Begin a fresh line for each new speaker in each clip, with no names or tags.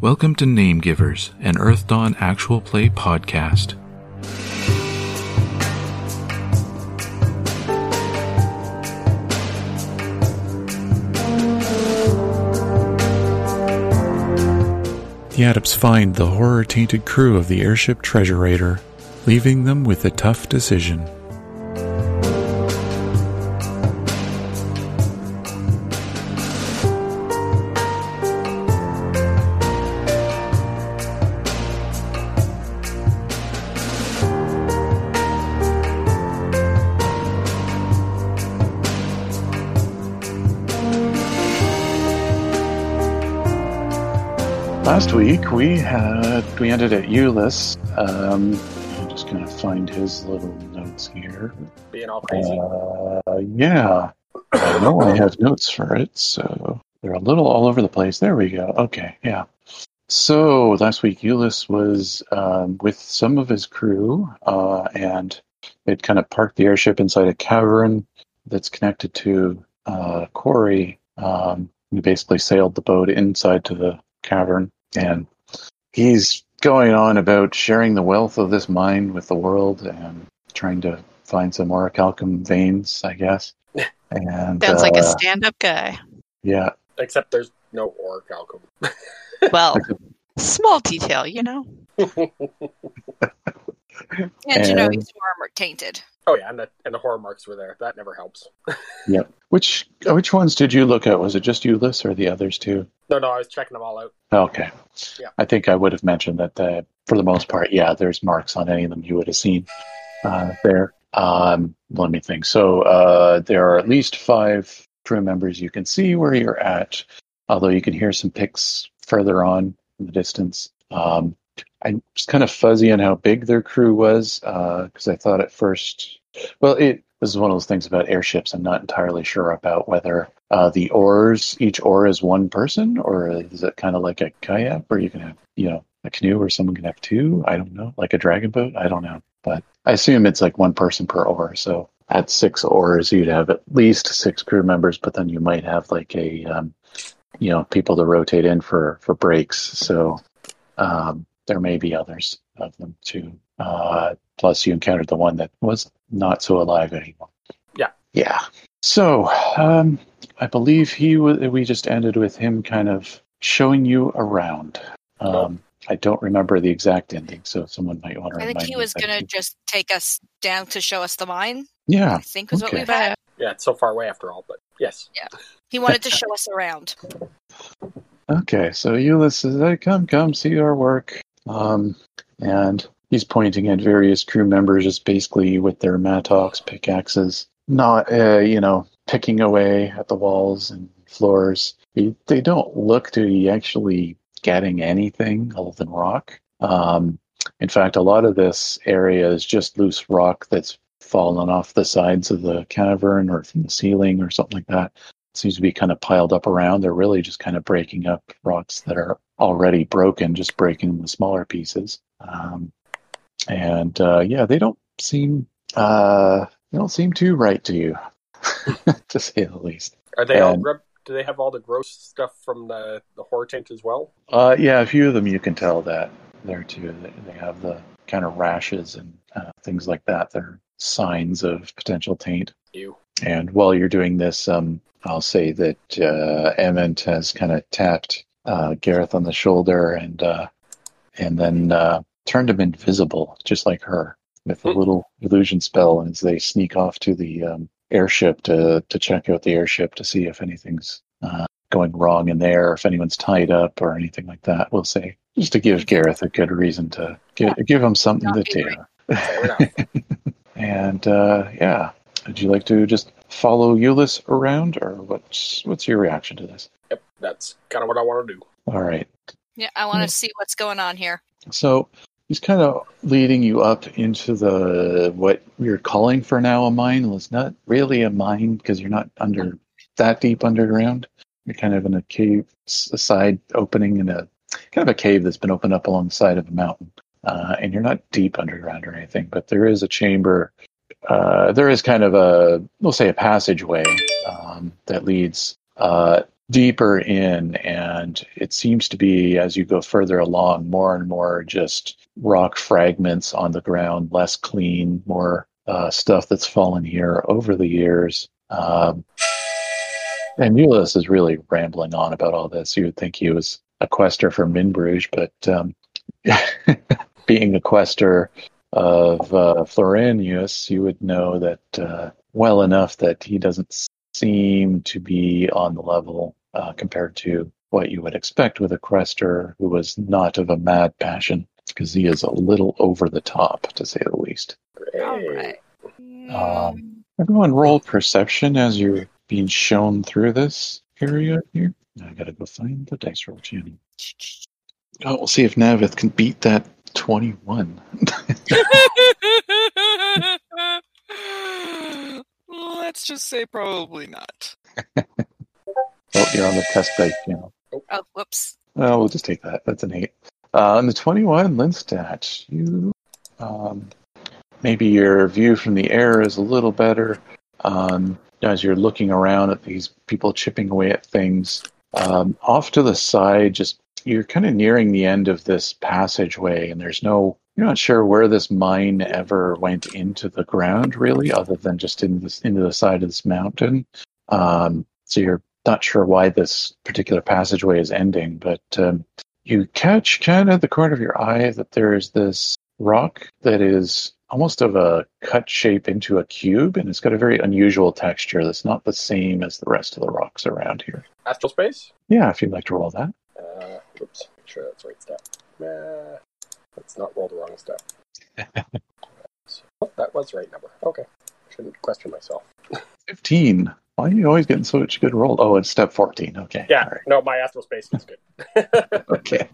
Welcome to Name Givers, an Earth Dawn actual play podcast. The Adepts find the horror tainted crew of the airship Treasure Raider, leaving them with a tough decision.
Last week we had we ended at Euless. Um, I'm just gonna find his little notes here.
being all crazy.
Uh, yeah, I know I have notes for it, so they're a little all over the place. There we go. Okay, yeah. So last week Euless was um, with some of his crew, uh, and it kind of parked the airship inside a cavern that's connected to uh, quarry. Um, we basically sailed the boat inside to the cavern, and he's going on about sharing the wealth of this mine with the world and trying to find some orichalcum veins, I guess. And
Sounds like a
uh,
stand-up guy.
yeah,
Except there's no orc alchemy.
Well,
like
small detail, you know.
And, you know
And-
he's warm or tainted.
Oh yeah, and the and the horror marks were there. That never helps.
Which which ones did you look at? Was it just Ulyss or the others too? Oh,
No, no, I was checking them all out.
Okay.
Yeah.
I think I would have mentioned that the, for the most part, yeah, there's marks on any of them you would have seen uh, there. Um, let me think. So uh, there are at least five crew members you can see where you're at, although you can hear some picks further on in the distance. Um, I'm just kind of fuzzy on how big their crew was because I thought at first, well, it this is one of those things about airships. I'm not entirely sure about whether uh, the oars, each oar is one person, or is it kind of like a kayak where you can have, you know, a canoe where someone can have two? I don't know, like a dragon boat. I don't know, but I assume it's like one person per oar. So at six oars, you'd have at least six crew members, but then you might have like a, um, you know, people to rotate in for for breaks. So um, there may be others of them too. Uh, plus, you encountered the one that was not so alive anymore.
Yeah.
Yeah. So, um, I believe he was. We just ended with him kind of showing you around. Um, I don't remember the exact ending, so someone might want to.
I think
remind
he
me
was
of
going to
that.
just take us down to show us the mine.
Yeah.
I think was
okay.
what we've had.
Yeah, it's so far away after all, but yes.
He wanted to show us around.
Okay, so Ulysses, hey, come, come, see our work. Um, and he's pointing at various crew members, just basically with their mattocks, pickaxes, not, uh, you know, picking away at the walls and floors. He, they don't look to be actually getting anything other than rock. Um, in fact, a lot of this area is just loose rock that's fallen off the sides of the cavern or from the ceiling or something like that seems to be kind of piled up around. They're really just kind of breaking up rocks that are already broken, just breaking the smaller pieces. Um, and uh, yeah, they don't seem uh, they don't seem too right to you, to say the least.
Are they all
Um,
grub do they have all the gross stuff from the the horror taint as well?
Uh, yeah, a few of them you can tell that there too. They- They have the kind of rashes and uh, things like that. They're signs of potential taint.
You.
And while you're doing this, um, I'll say that uh, Emmett has kind of tapped uh, Gareth on the shoulder and uh, and then uh, turned him invisible, just like her, with a
Hmm.
little illusion spell. As they sneak off to the um, airship to to check out the airship to see if anything's uh, going wrong in there, or if anyone's tied up or anything like that. We'll say just to give Gareth a good reason to give, give him something
Not
to do.
angry.
Fair enough.
And uh, yeah, would you like to just follow Euless around, or what's what's your reaction to this?
Yep, that's kinda what I want to do.
All right,
Yeah, I want to see what's going on here.
so he's kind of leading you up into the what we're calling for now a mine. Well, it's not really a mine because you're not under that deep underground. You're kind of in a cave, s- a side opening in a kind of a cave that's been opened up along the side of a mountain. Uh, and you're not deep underground or anything, but there is a chamber. Uh, there is kind of a, we'll say, a passageway um, that leads uh, deeper in, and it seems to be as you go further along, more and more just rock fragments on the ground, less clean, more uh, stuff that's fallen here over the years. Um, and Ulysses is really rambling on about all this. You would think he was a quester for Minbruges, but um, being a quester of uh, Florenius, you would know that uh, well enough that he doesn't seem to be on the level uh, compared to what you would expect with a quester who was not of a mad passion, because he is a little over the top, to say the least.
All
Hey.
right.
Um, Everyone roll perception as you're being shown through this area here. Now I gotta go find the dice roll channel. Oh, we'll see if Navith can beat that 21.
Let's just say probably not.
Oh, you're on the test dice channel.
oh, whoops.
Oh, we'll just take that. That's an eight. Uh, on the 21 Linstat, you um, maybe your view from the air is a little better. Um, as you're looking around at these people chipping away at things, um, off to the side, just you're kind of nearing the end of this passageway, and there's no you're not sure where this mine ever went into the ground, really, other than just in this into the side of this mountain. Um, so you're not sure why this particular passageway is ending, but um, you catch kind of the corner of your eye that there is this rock that is almost of a cut shape into a cube, and it's got a very unusual texture that's not the same as the rest of the rocks around here.
Astral space.
Yeah, if you'd like to roll that.
Uh, oops. Make sure that's the right step. Uh, let's not roll the wrong step. So- oh, that was the right number. Okay. Shouldn't question myself.
15. Why are you always getting so much good roll? Oh, it's step 14. Okay.
Yeah.
All right.
No, my astral space is good.
okay.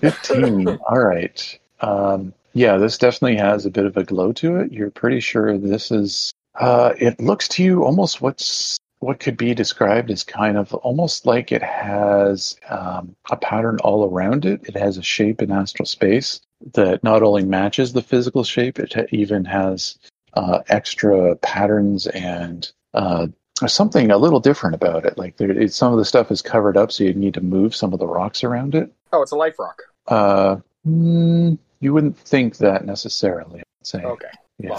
15. All right. Um, yeah, this definitely has a bit of a glow to it. You're pretty sure this is, uh, it looks to you almost what's, what could be described as kind of almost like it has um, a pattern all around it. It has a shape in astral space that not only matches the physical shape, it ha- even has uh, extra patterns and uh, there's something a little different about it. Like there, it's, some of the stuff is covered up, so you need to move some of the rocks around it.
Oh, it's a life rock.
Uh, mm, you wouldn't think that necessarily. I'd say.
Okay.
Yeah.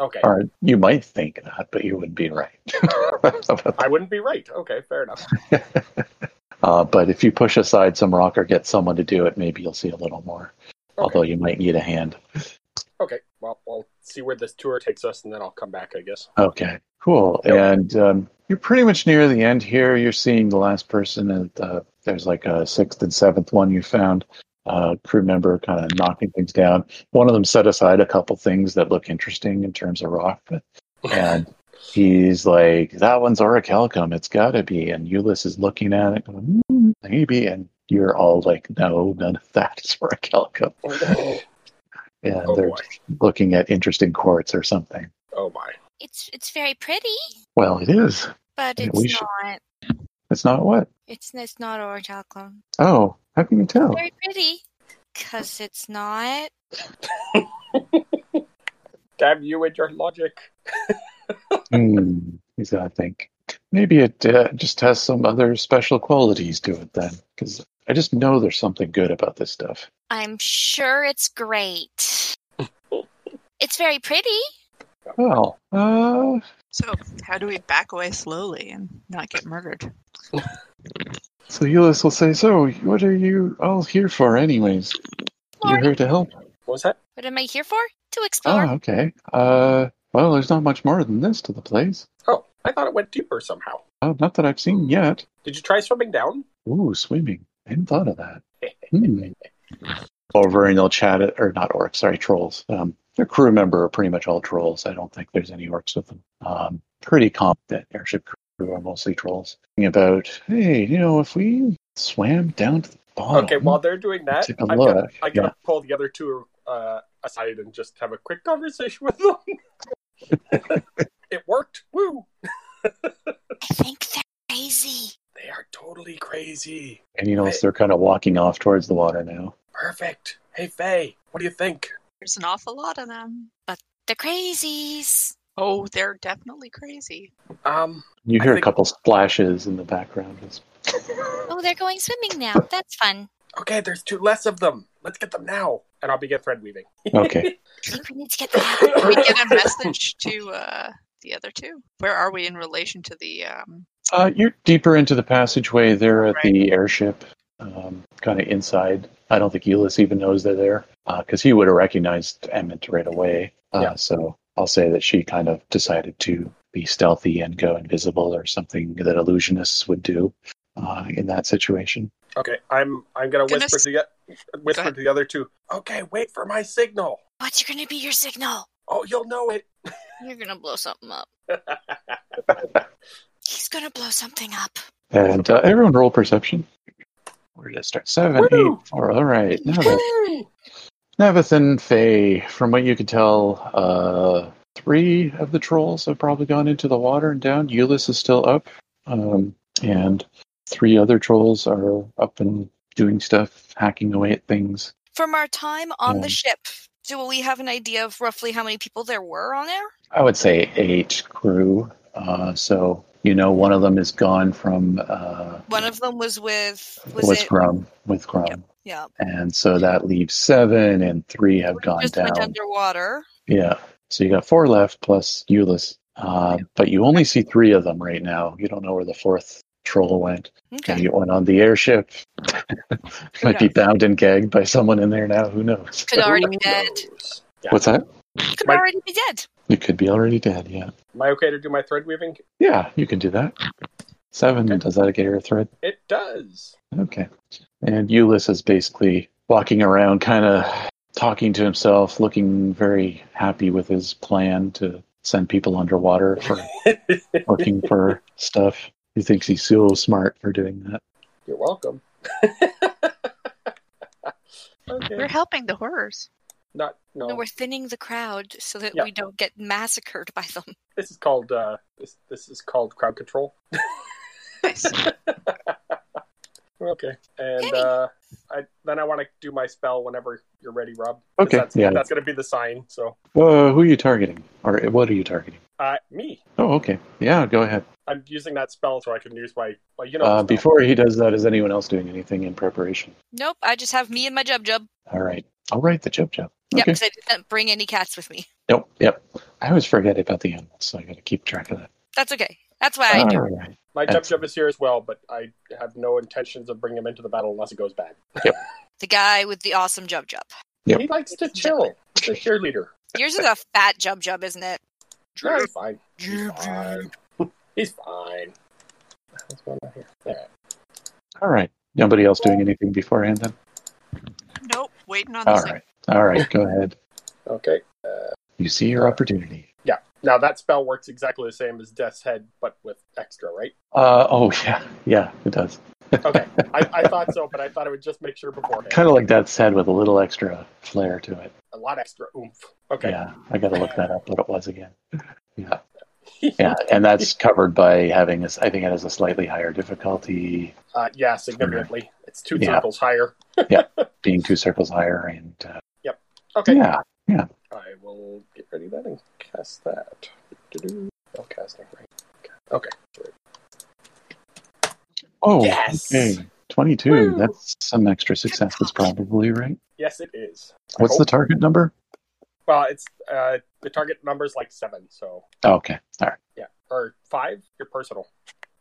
Okay.
Or you might think that, but you wouldn't be right.
I wouldn't be right. Okay. Fair enough.
uh, but if you push aside some rock or get someone to do it, maybe you'll see a little more.
Okay.
Although you might need a hand.
Okay. Well, we'll see where this tour takes us, and then I'll come back, I guess.
Okay, cool.
Yep.
And um, you're pretty much near the end here. You're seeing the last person. At, uh, there's like a sixth and seventh one you found. Uh, crew member kind of knocking things down. One of them set aside a couple things that look interesting in terms of rock, but- and he's like, "That one's orichalcum. It's got to be." And Ulysses is looking at it, going, "Hmm, maybe. And you're all like, "No, none of that is orichalcum."
oh
And they're
boy.
looking at interesting quartz or something.
Oh my.
It's it's very pretty,
Well, it is.
but
Yeah,
it's
we
not.
should- It's not what.
It's it's not orange alcalm.
Oh, how can you tell?
Very pretty, cause it's not.
Damn you and your logic.
Hmm, he's got to think. Maybe it uh, just has some other special qualities to it then, because I just know there's something good about this stuff.
I'm sure it's great. it's very pretty.
Well, uh,
So, how do we back away slowly and not get murdered?
so Ulysses will say, "So, what are you all here for, anyways? You're here to help."
What was that?
What am I here for? To explore.
Ah, okay. Uh, well, there's not much more than this to the place.
Oh, I thought it went deeper somehow.
Uh, not that I've seen yet.
Did you try swimming down?
Ooh, swimming. I hadn't thought of that. Hmm. Over and they'll chat it, or not orcs, sorry, trolls. Um, their crew member are pretty much all trolls. I don't think there's any orcs with them. Um, pretty competent airship crew are mostly trolls. Thinking About, hey, you know, if we swam down to the bottom.
Okay, while they're doing that,
Oh, Take a
I'm gonna,
look,
I'm gonna pull the other two uh, aside and just have a quick conversation with them. it worked. Woo!
I think they're crazy.
They are totally crazy.
And you notice they're kind of walking off towards the water now.
Perfect. Hey Faye, what do you think?
There's an awful lot of them.
They're crazies.
Oh, they're definitely crazy.
Um,
You
I
hear a
think-
couple splashes in the background. It's-
Oh, they're going swimming now. That's fun.
okay, there's two less of them. Let's get them now. And I'll begin thread weaving.
Okay.
I think we need to get them out.
We get a message to uh, the other two. Where are we in relation to the? Um...
Uh, you're deeper into the passageway there at
Right.
the airship, um, kind of inside. I don't think Ulyss even knows they're there because he would have recognized Emmett right away. Uh,
Yeah.
So I'll say that she kind of decided to be stealthy and go invisible or something that illusionists would do uh, in that situation.
Okay, I'm I'm gonna
Goodness.
whisper to the
Go
whisper
ahead.
to the other two. Okay, wait for my signal.
What's going to be your signal?
Oh, you'll know it.
You're going to blow something up. He's going to blow something up.
And uh, everyone roll perception. Where did it start? Seven, eight, four.
Woo!
All right. Navith. Navith and Faye, from what you could tell, uh, three of the trolls have probably gone into the water and down. Euless is still up. Um, and three other trolls are up and doing stuff, hacking away at things.
From our time on
Um,
the ship, do we have an idea of roughly how many people there were on there?
I would say eight crew. Uh, so, you know, one of them is gone from. Uh,
One of them was with was,
was
it?
Grum with Grum.
Yeah,
And so that leaves seven, and three have gone
just
down.
went underwater.
Yeah. So you got four left plus Euless. Uh, but you only see three of them right now. You don't know where the fourth troll went.
Okay,
Maybe it went on the airship. Might be bound and gagged by someone in there now. Who knows?
could already be dead.
Yeah.
What's that?
Could
My-
already be dead.
You could be already dead. Yeah.
Am I okay to do my thread weaving?
Yeah, you can do that. Seven. Does that get your thread?
It does.
Okay. And Euless is basically walking around, kind of talking to himself, looking very happy with his plan to send people underwater for looking for stuff. He thinks he's so smart for doing that.
You're welcome. okay.
We're helping the horrors.
Not
No,
no.
we're thinning the crowd so that
Yeah.
we don't get massacred by them.
This is called uh, this this is called crowd control.
Nice.
Okay. And
Hey.
uh, I then I want to do my spell whenever you're ready, Rob. 'Cause
Okay,
That's,
yeah.
That's gonna be the sign. So
Uh, who are you targeting? Or what are you targeting?
uh, me.
Oh, okay. Yeah, go ahead.
I'm using that spell so I can use my well, you know. the
Uh,
spell.
before he does that, is anyone else doing anything in preparation?
Nope, I just have me and my jub jub.
All right. All right, the jump jump.
Yep,
Okay.
because I didn't bring any cats with me.
Nope. Yep. I always forget about the animals, so I got to keep track of that.
That's okay. That's why I
All
do.
right.
my jump
Excellent.
jump is here as well, but I have no intentions of bringing him into the battle unless it goes bad.
The guy with the awesome jub jub.
Yep.
He likes to chill. He's a cheerleader.
Yours is a fat jub jub, isn't it?
No, he's fine. He's fine. He's fine. What's going on here? All right.
All right. Nobody else doing anything beforehand then?
Nope. Waiting on the
All
signal.
right. All right. Go ahead.
Okay.
You see your opportunity.
Now that spell works exactly the same as Death's Head, but with extra, right?
Uh, oh, yeah. Yeah, it does.
Okay. I, I thought so, but I thought I would just make sure beforehand.
Kind of like that said with a little extra flair to it.
a lot extra oomph. Okay.
Yeah, I got to look that up. What it was again? Yeah, yeah, and that's covered by having this. I think it has a slightly higher difficulty,
Uh, yeah, significantly. It's two
Yeah.
circles higher.
being two circles higher, and uh,
Okay.
yeah,
I will get ready then and cast that. Do-do-do. No casting, right? Okay. Okay.
oh,
Yes!
okay, twenty-two.
Woo!
That's some extra success. That's probably right.
Yes, it is. I
What's the
hope-
target number?
Well, it's uh, the target number's like seven, so
Oh, okay, all right.
yeah, or five. Your personal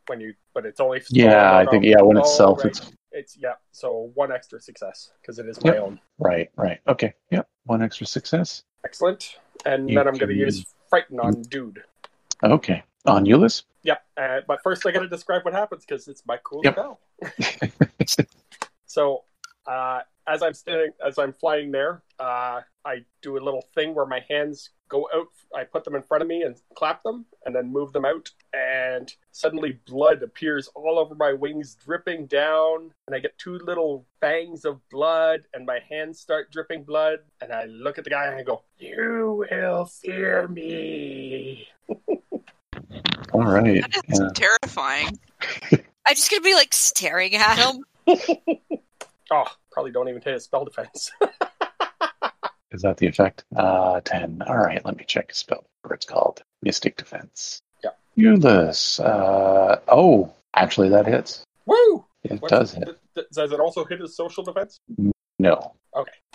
when you, but it's only
Yeah,
no,
I
no,
think yeah. When it's
Oh,
self,
right.
it's
it's yeah. So one extra success because it is my
Yep.
own.
right, right. Okay, yep. One extra success.
Excellent. And
You
then I'm going to
can- Mm.
use frighten on dude.
Okay, on Euless.
Yep. Uh, but first, I got to describe what happens because it's my cool
Yep.
spell. so, uh, as I'm standing, as I'm flying there, uh, I do a little thing where my hands go out. I put them in front of me and clap them, and then move them out. And suddenly, blood appears all over my wings, dripping down. And I get two little bangs of blood, and my hands start dripping blood. And I look at the guy and I go, "You will fear me."
All right.
That is
Yeah.
terrifying.
I'm just gonna be like staring at him.
Oh, probably don't even hit a spell defense.
Is that the effect? Uh, ten. All right. Let me check his spell. What it's called. Mystic Defense.
Yeah.
Euless. Uh, oh, actually, that hits.
Woo!
It
What-
does hit.
th- th- does it also hit his social defense?
No.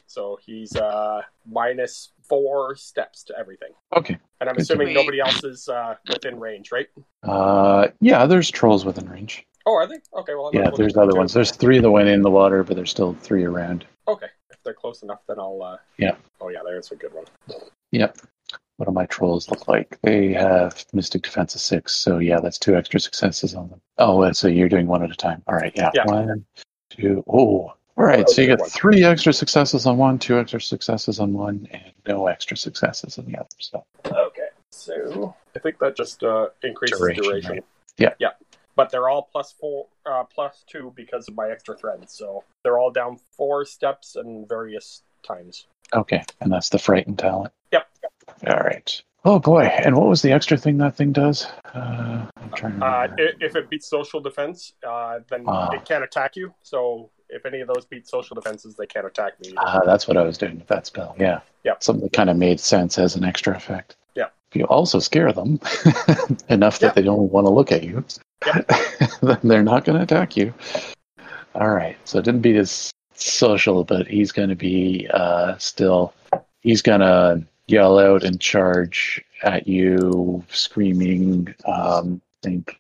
So he's uh, minus four steps to everything.
Okay.
And I'm
Good
assuming
Wait.
nobody else is uh, within range, right?
Uh, yeah, there's trolls within range.
Oh, are they? Okay, well, I'm
Yeah,
not
there's
looking
other
too-
ones. There's three that went in the water, but there's still three around.
Okay, if they're close enough, then I'll. Uh...
Yeah.
Oh, yeah, there's a good one.
Yep. What do my trolls look like? They have Mystic Defense of six, so yeah, that's two extra successes on them. Oh, and so you're doing one at a time. All right, yeah.
Yeah.
One, two, oh. All right, so you got three extra successes on one, two extra successes on one, and no extra successes on the other. So
Okay, so I think that just uh, increases
Duration,
duration.
right? Yeah.
Yeah. But they're all plus four, uh, plus two because of my extra thread. So they're all down four steps and various times.
okay, and that's the frightened talent.
Yep.
All right. Oh boy, and what was the extra thing that thing does? Uh, I'm trying to
Uh,
remember.
i- if it beats social defense, uh, then
Ah.
it can't attack you. So if any of those beat social defenses, they can't attack me. either.
Ah, that's what I was doing with that spell. Yeah.
Yeah.
Something that kind of made sense as an extra effect.
Yeah.
If you also scare them enough that
Yeah.
they don't want to look at you, then they're not going to attack you. All right. So it didn't beat his social, but he's going to be uh, still. He's going to yell out and charge at you, screaming. Um, I think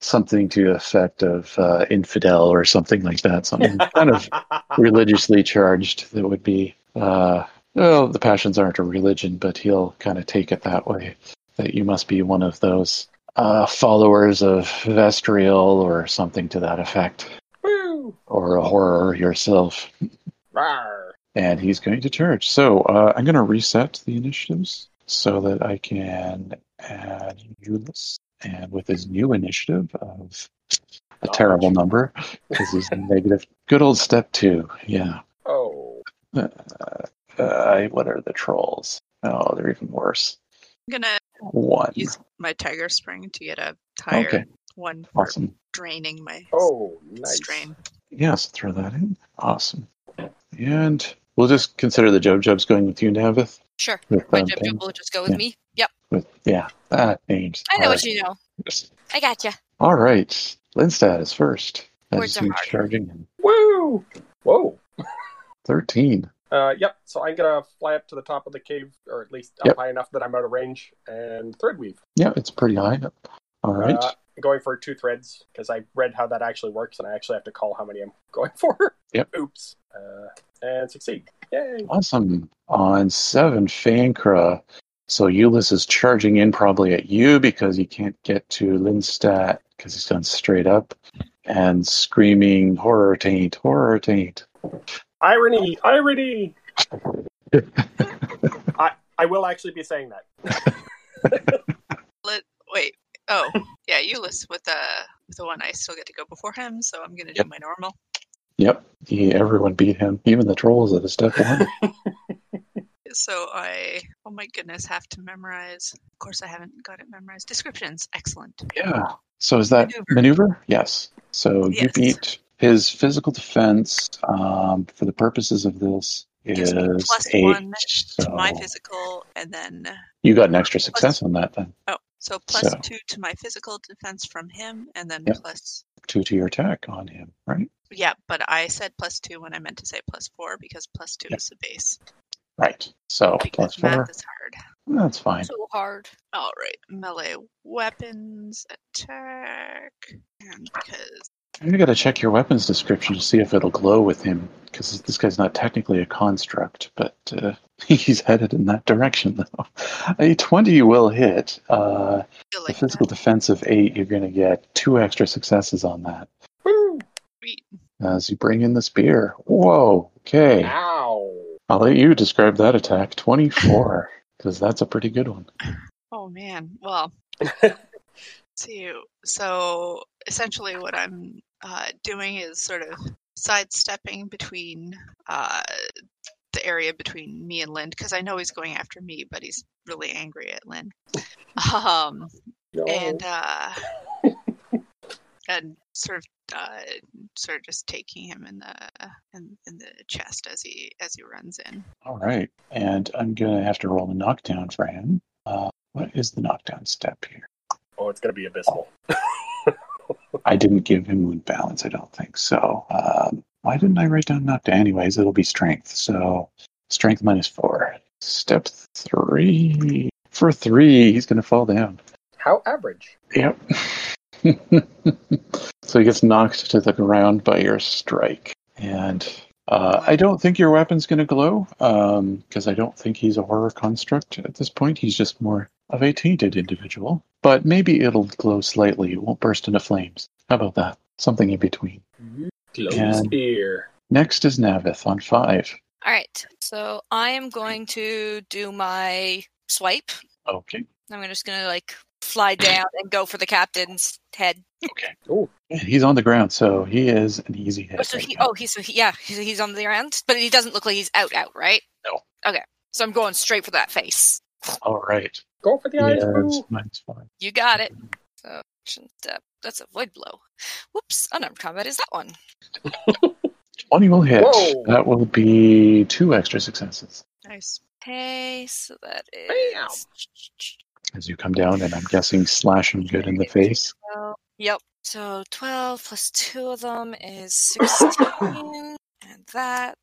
something to the effect of uh, infidel or something like that. Something kind of religiously charged that would be uh well the passions aren't a religion but he'll kind of take it that way that you must be one of those uh followers of vestrial or something to that effect
Woo!
or a horror yourself
Rawr.
and he's going to charge so uh i'm going to reset the initiatives so that i can add Euless and with his new initiative of a
Not
terrible
much.
number because he's negative good old step two yeah
Oh,
uh, uh, what are the trolls? Oh, they're even worse.
I'm gonna
One.
use my tiger spring to get a tire
Okay.
one for
Awesome.
draining my
oh, nice.
strain.
Yes, throw that in. Awesome. And we'll just consider the Job Job's going with you, Navith.
Sure.
With,
My
um,
jib
pain-
jib will just go with
Yeah.
me. Yep.
with- yeah. Ah, names.
I know
All
what
right.
you know.
I gotcha.
All right. Linstad is first. That
Words
just
are
means
hard.
charging him.
Woo! Whoa.
13.
Uh, yep. So I'm gonna fly up to the top of the cave, or at least up
Yep.
high enough that I'm out of range, and thread weave.
Yeah, it's pretty high. All right.
Uh, going for two threads because I read how that actually works, and I actually have to call how many I'm going for.
Yep.
Oops. Uh, and succeed. Yay!
Awesome. On seven, Fankra. So Euless is charging in probably at you because he can't get to Linstat because he's gone straight up and screaming, horror taint, horror taint.
Irony, irony. I I will actually be saying that.
Wait. Oh, yeah, Euless with the with the one I still get to go before him, so I'm gonna
Yep.
do my normal.
Yep. He, everyone beat him, even the trolls at a step one.
So I, oh my goodness, have to memorize. Of course, I haven't got it memorized. Descriptions, excellent.
yeah. So is that maneuver?
Maneuver.
Yes. So you
Yes.
beat his physical defense um, for the purposes of this is
Gives me plus
eight.
one to my
So
physical, and then
you got an extra success on that then.
oh, so plus
So-
two to my physical defense from him, and then
Yep.
plus
Two to your attack on him, right?
yeah. But I said plus two when I meant to say plus four because plus two
Yep.
is the base.
Right. So plus
Because
four.
math is hard.
That's fine.
So hard.
All right, melee weapons attack, and because
You got to check your weapons description to see if it'll glow with him, because this guy's not technically a construct, but uh, he's headed in that direction though. A twenty will hit. Uh,
I feel
the
like
physical defense of eight, you're going to get two extra successes on that
Woo!
as you bring in the spear. Whoa. Okay.
Ow!
I'll let you describe that attack. Twenty-four, because that's a pretty good one.
Oh man. Well, see, so essentially what I'm uh, doing is sort of sidestepping between uh, the area between me and Lynn because I know he's going after me, but he's really angry at Lynn. Um,
No.
and uh, and sort of uh, sort of just taking him in the in, in the chest as he as he runs in.
All right. And I'm going to have to roll a knockdown for him. Uh, What is the knockdown step here?
Oh, it's going to be abysmal.
I didn't give him wound balance, I don't think. So, um, why didn't I write down knockdown? Anyways, it'll be strength. So, strength minus four. Step three. For three, he's going to fall down.
How average?
Yep. so he gets knocked to the ground by your strike. And uh, I don't think your weapon's going to glow because I don't think he's a horror construct at this point. He's just more of a tainted individual. But maybe it'll glow slightly. It won't burst into flames. How about that? Something in between.
Close
And-
ear.
Next is Navith on five.
All right. So I am going to do my swipe.
Okay.
I'm just going to like fly down and go for the captain's head.
Yeah, He's on the ground, so he is an easy hit.
Oh, so
right
he,
now.
oh, he's so he, yeah, he's, he's on the ground, but he doesn't look like he's out, out, right?
No.
Okay, so I'm going straight for that face.
All right.
Go for the eyes,
Yes,
boo.
mine's fine.
You got
Mm-hmm.
it. So action step. That's a void blow. Whoops! Unarmed combat is that one.
20 will hit.
Whoa.
That will be two extra successes
Nice.
Okay, so that is
Bam.
as you come down, and I'm guessing slash him good in the face.
Yep. So 12 plus two of them is 16. and that.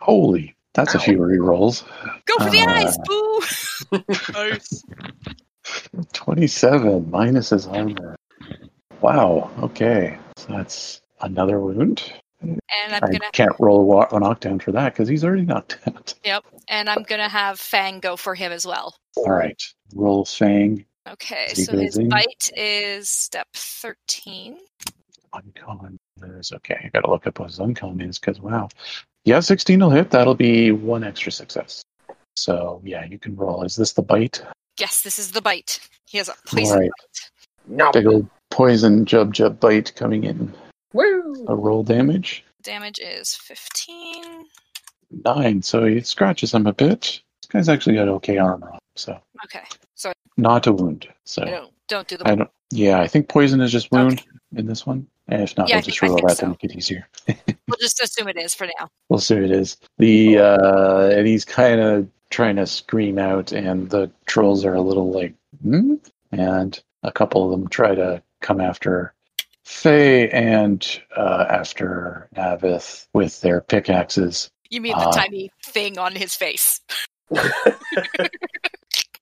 Holy, that's a
Ow.
few rerolls.
Go for the
Uh,
eyes, boo!
Nice.
27 minus his armor. Wow. Okay. So that's another wound.
And I'm
I
gonna
can't roll a wa- a knockdown for that because he's already knocked out.
and I'm gonna have Fang go for him as well.
All right. Roll Fang.
Okay,
He
so his
goes in.
bite is step 13.
Uncon is okay. I gotta look up what his uncon is because wow, yeah, sixteen will hit. That'll be one extra success. So yeah, you can roll. Is this the bite?
Yes, this is the bite. He has a poison
Alright.
bite.
No.
Big old poison jub jub bite coming in.
Woo.
A roll damage
Damage is 15.
nine. So he scratches him a bit. This guy's actually got okay armor on, so
Okay,
not a wound. So
I don't don't do the
I don't. Yeah, I think poison is just wound in this one. And if not,
Yeah, I
we'll just
think- I
roll
think
that
so.
to make it easier.
We'll just assume it is for now.
Well, soon it is. The uh, and he's kind of trying to scream out, and the trolls are a little like, hmm? and a couple of them try to come after Faye and uh, after Navith with their pickaxes.
You mean the
Uh,
tiny thing on his face?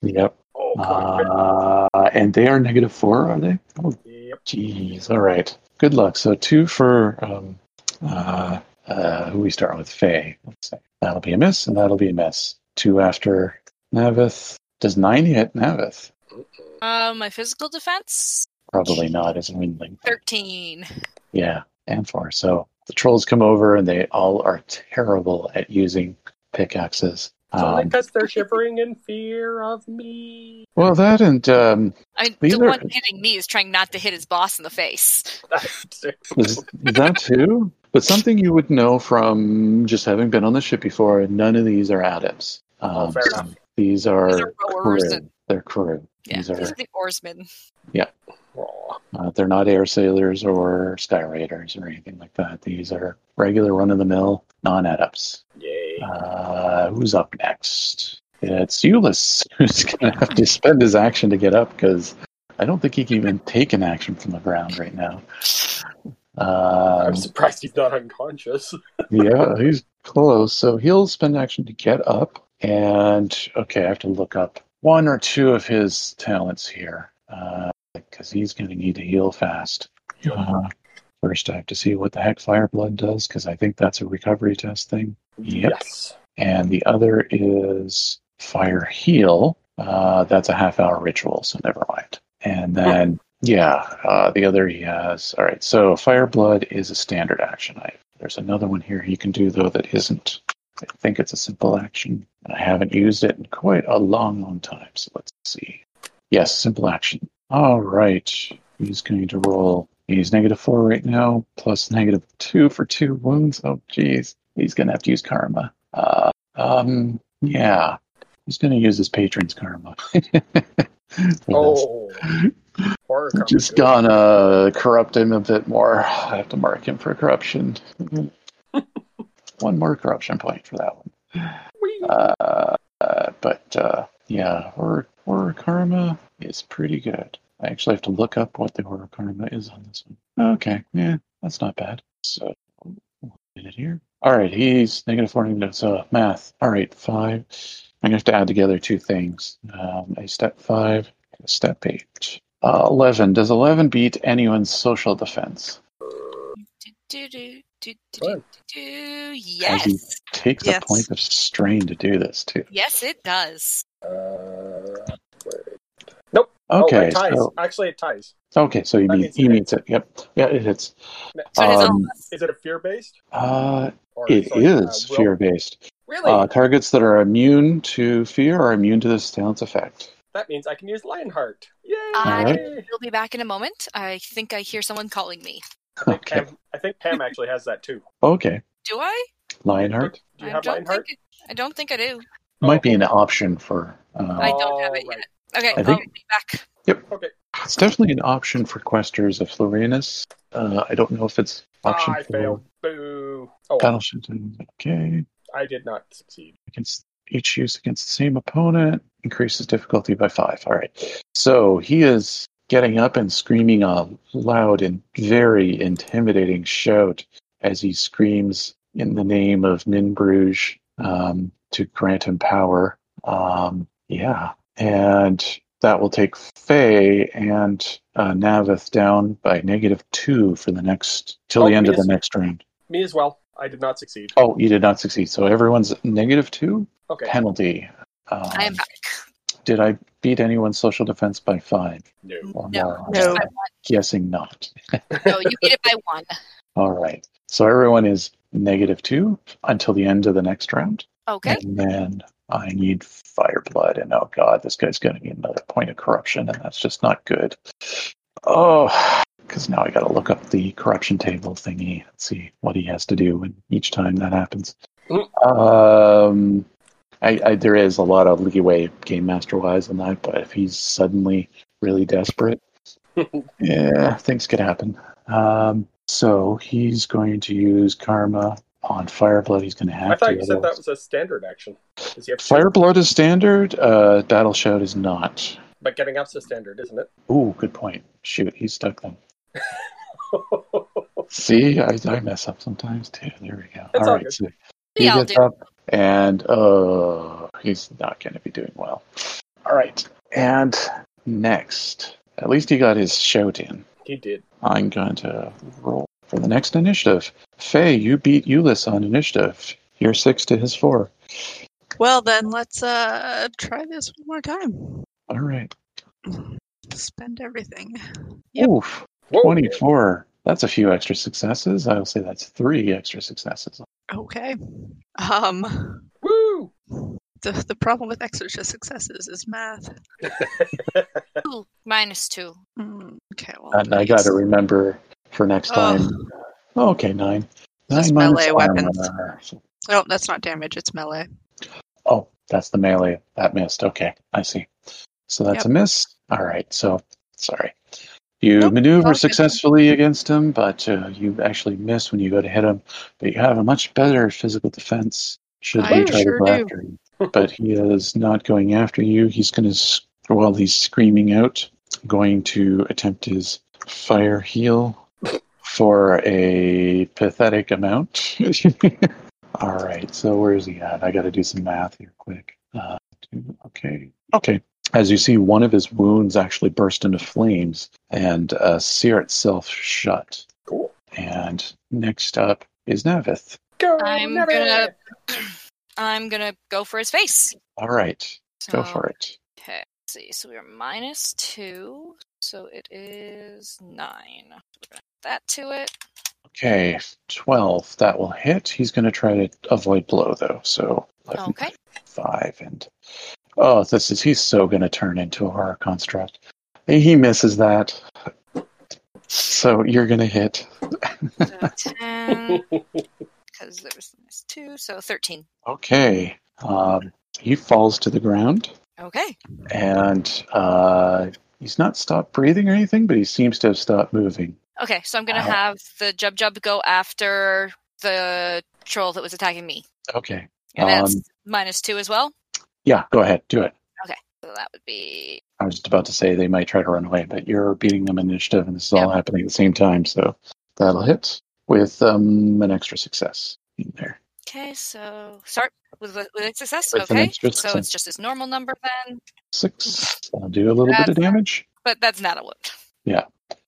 Yep.
oh, my goodness.
Uh, and they are negative four, are they? Oh,
Yep.
jeez. All right. Good luck. So two for um, uh, uh, who we start with, Faye. Let's say that'll be a miss, and that'll be a miss. Two after Navith. Does nine hit Navith?
Uh, my physical defense
Probably not. It's a windling.
13.
Yeah, and four. So the trolls come over, and they all are terrible at using pickaxes.
It's only
Um,
because they're shivering in fear of me.
well, that and um,
I mean,
These
the
are-
one hitting me is trying not to hit his boss in the face.
Is that too? But something you would know from just having been on the ship before, none of these are adepts. Um,
Oh, fair enough.
These are,
These are rowers
crew.
and-
They're crew.
Yeah,
These are
the oarsmen.
Aw.
uh, they're not air sailors or sky raiders or anything like that. These are regular run of the mill non adepts.
Yay.
Uh, who's up next? It's Euless who's going to have to spend his action to get up because I don't think he can even take an action from the ground right now. Um,
I'm surprised he's not unconscious.
yeah, he's close. So he'll spend action to get up. And okay, I have to look up one or two of his talents here because he's going to need to heal fast. Uh, first, I have to see what the heck Fireblood does because I think that's a recovery test thing. Yep.
Yes.
And the other is Fire Heal. Uh, that's a half hour ritual, so never mind. And then, yeah, uh, the other he has. All right, so Fire Blood is a standard action. I, there's another one here he can do, though, that isn't. I think it's a simple action. And I haven't used it in quite a long, long time, so let's see. Yes, simple action. All right, he's going to roll. He's negative four right now, plus negative two for two wounds. Oh, geez. He's going to have to use karma. Uh, um, yeah, he's going to use his patron's karma. For this.
Oh. Horror
Just
cartoon.
gonna corrupt him a bit more. I have to mark him for corruption. one more corruption point for that one.
Whee.
Uh, uh, but uh, yeah, horror Horror karma is pretty good. I actually have to look up what the horror karma is on this one. Okay, yeah, that's not bad. So, one minute here. All right, he's negative four negative so math. All right, five. I'm gonna have to add together two things. Um, a step five, a step eight. Uh, eleven. Does eleven beat anyone's social defense?
Do, do, do, do,
Go
do,
ahead.
do,
As you
Yes.
take the
Yes.
point of strain to do this too.
Yes, it does.
Uh, wait. oh,
Okay,
it ties.
so
Actually, it ties.
okay, so he
That
meets
means
he
it
meets it. Yep, yeah, it hits.
So it is all
Um,
of us.
Is it a fear based?
Uh,
Or
it
sorry, uh,
is
will-
fear based.
Really?
Uh, targets that are immune to fear are immune to this talent's effect.
that means I can use Lionheart. Yay!
I-
Alright.
We'll be back in a moment. I think I hear someone calling me.
I think
Okay.
Pam, I think Pam actually has that too.
Okay,
Do I?
Lionheart
Do you
I
have
don't
Lionheart?
think I, I don't think I do.
might be an option for.
I
Uh,
don't have
All
it
right.
Okay,
I think-
I'll be back.
Okay.
it's definitely an option for questers of Florinus. Uh, I don't know if it's option
Ah, I
for
failed. Boo. Oh, well,
battleships. Okay,
I did not succeed.
against each use against the same opponent increases difficulty by five. All right. So he is getting up and screaming a loud and very intimidating shout as he screams in the name of Ninbruge um, to grant him power. Um, yeah. And that will take Faye and uh, Navith down by negative two for the next, till the
Oh,
end of the
yes.
next round.
Me as well. I did not succeed.
Oh, you did not succeed. So everyone's negative two?
Okay.
penalty. Um,
I am back.
Did I beat anyone's social defense by five
No.
or
No.
more?
No.
I'm guessing not.
No, you beat it by one.
All right. So everyone is negative two until the end of the next round.
Okay.
And then I need Fireblood. And oh, God, this guy's going to need another point of corruption. And that's just not good. Oh, because now I got to look up the corruption table thingy and see what he has to do when each time that happens.
Mm.
Um, I, I, there is a lot of leeway game master wise in that, but if he's suddenly really desperate, yeah, things could happen. Um, so he's going to use karma on Fireblood. He's going to have
I thought
to.
you said that
otherwise-
was a standard action. Does he have two?
Fireblood is standard. Uh, Battle Shout is not.
But getting up's a standard, isn't it?
Ooh, good point. Shoot, he's stuck then. See, I, I mess up sometimes too. There we go.
It's all
all right,
good.
so
We
he
all
gets
do.
up, and uh, he's not going to be doing well. All right, and next, at least he got his shout in.
he did.
I'm going to roll for the next initiative. Faye, you beat Ulyss on initiative. You're six to his four.
Well, then let's uh try this one more time.
All right.
Spend everything. Yep.
Oof,
Whoa.
24. That's a few extra successes. I'll say that's three extra successes.
Okay. Um,
Woo!
the the problem with extra successes is math.
Two, minus two.
Hmm, okay. Well,
And I
guess-
got to remember for next
Ugh.
time. Okay, nine.
Just
Nine minus
melee
armor.
weapons. Oh, that's not damage. It's melee.
Oh, that's the melee. That missed. Okay, I see. So that's
Yep.
a miss. All right, so sorry. You
Nope, all
maneuver
good.
successfully against him, but uh, you actually miss when you go to hit him. But you have a much better physical defense should
I
he try to
sure
go
do.
after you. But he is not going after you. He's going to, while he's screaming out, going to attempt his fire heal for a pathetic amount. All right, so where is he at? I got to do some math here quick. Uh, two, okay, okay. As you see, one of his wounds actually burst into flames and uh, sear itself shut.
Cool.
And next up is Navith.
Go,
I'm
Navy!
gonna- I'm gonna go for his face.
All right, go
So-
for it.
Okay. Let's see. So we're minus two. So it is nine. We're gonna add That to it.
Okay, twelve. That will hit. He's going to try to avoid blow though. So 11,
Okay.
five and oh this is he's so going to turn into a horror construct he misses that so you're going to hit
So ten. Because there was minus two. So thirteen.
okay um, he falls to the ground
Okay.
and uh, he's not stopped breathing or anything but he seems to have stopped moving
Okay. So I'm gonna
Uh,
have the Jub Jub go after the troll that was attacking me,
okay
and that's
Um,
minus two as well.
yeah go ahead do it
So
that would be
I was just about to say they might try to run away, but you're beating them in initiative, and this is all happening at the same time, so that'll hit with um, an extra success in there.
Okay, so start with, with with success.
With an
okay,
extra
so
success.
it's just his normal number then,
Six. I'll do a little bit
That's-
of damage.
but that's not a wound.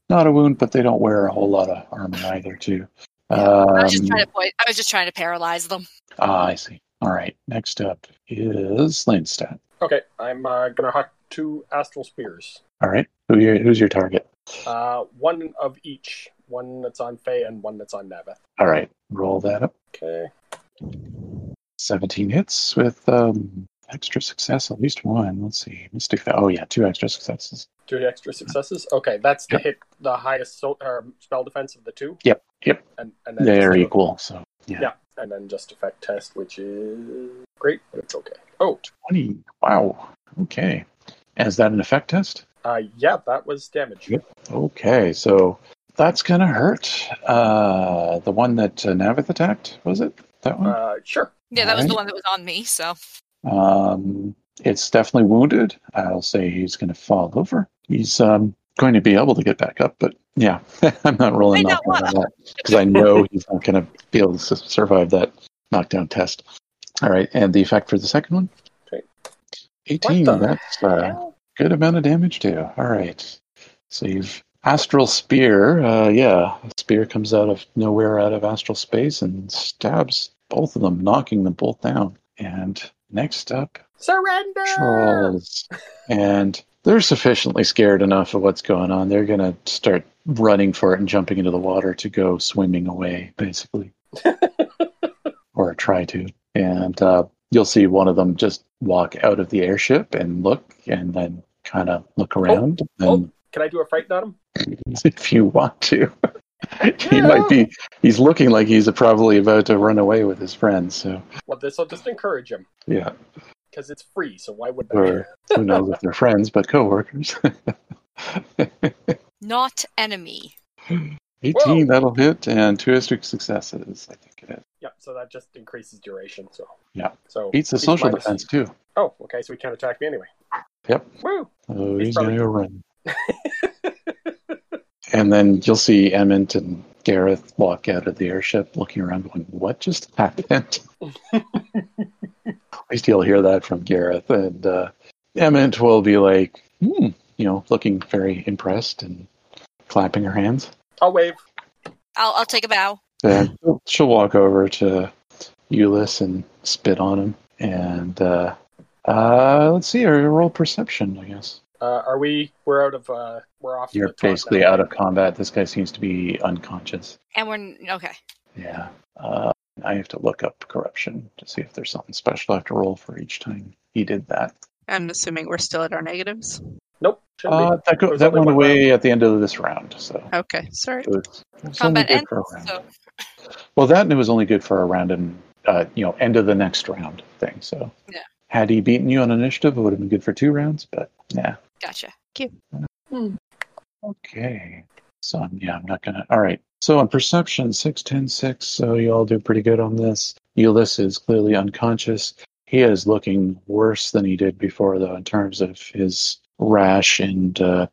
Not a wound, but they don't wear a whole lot of armor either, too.
I was just
Um,
trying to point. I was just trying to paralyze them.
ah, I see. All right. Next up is Landstat.
Okay, I'm uh, gonna huck two astral spears.
All right. Who your, who's your target?
Uh, one of each. One that's on Faye and one that's on Navith.
All right. Roll that up.
Okay.
17 hits with um, extra success, at least one. Let's see. Mystic. Oh, yeah. Two extra successes.
Two extra successes. Okay, that's to
Yep.
hit the highest so- or spell defense of the two.
Yep, yep.
And, and then
They're
just-
equal. So, yeah.
Yeah, and then just effect test, which is great, but it's okay. Oh,
20. Wow. Okay. And is that an effect test?
uh, yeah, that was damage.
Yep. Okay. So that's going to hurt. Uh, the one that uh, Navith attacked, was it? That one?
Uh, sure.
Yeah, that was the one
Alright.
that was on me. So
Um, it's definitely wounded. I'll say he's going to fall over. He's um, going to be able to get back up, but yeah, I'm not rolling
Might
knockdown
not
on that because I know he's not going to be able to su- survive that knockdown test. All right, and the effect for the second one.
Okay.
18.
What the
That's uh, good amount of damage too. All right, so you've astral spear. Uh, yeah, a spear comes out of nowhere, out of astral space, and stabs both of them, knocking them both down. And next up
Surrender.
trolls. And they're sufficiently scared enough of what's going on. They're going to start running for it and jumping into the water to go swimming away, basically. or try to. And uh, you'll see one of them just walk out of the airship and look and then kind of look around. and
Can I do a frighten on him?
if you want to. he might be, he's looking like he's probably about to run away with his friends. So,
Well, this will just encourage him
yeah.
because it's free. So why would I?
Or who knows if they're friends, but coworkers.
not enemy.
18,
Whoa.
that'll hit, and two extra successes, I think it is.
Yep. So that just increases duration. So
Yeah.
So
Beats the social
minus-
defense, too.
Oh, okay. So he can't attack me anyway.
Yep.
Woo.
Oh,
He's
he's going
probably-
to go run. and then you'll see Emmett and Gareth walk out of the airship looking around, going, What just happened? At least you'll hear that from Gareth. And uh, Emmett will be like, Hmm, you know, looking very impressed and clapping her hands.
I'll wave.
I'll I'll take a bow.
And she'll walk over to Ulyss and spit on him. And uh, uh, let's see, or roll perception, I guess.
Uh, are we? We're out of. uh We're off.
You're
the taunt
basically
now.
out of combat. This guy seems to be unconscious.
And we're n- okay.
Yeah. Uh, I have to look up corruption to see if there's something special I have to roll for each time he did that.
I'm assuming we're still at our negatives.
Nope. Shouldn't
Uh,
be.
that go,
There's
that
only
went
one
away at the end of this round. So
Okay, sorry.
it was, it was only
Combat
good
ends.
for a round.
So
Well, that it was only good for a round and uh, you know end of the next round thing. So
Yeah.
had he beaten you on initiative, it would have been good for two rounds. But yeah,
gotcha.
okay. So I'm, yeah, I'm not gonna. All right. So on perception, six ten six. So you all do pretty good on this. Ulysses is clearly unconscious. He is looking worse than he did before, though, in terms of his rash and uh,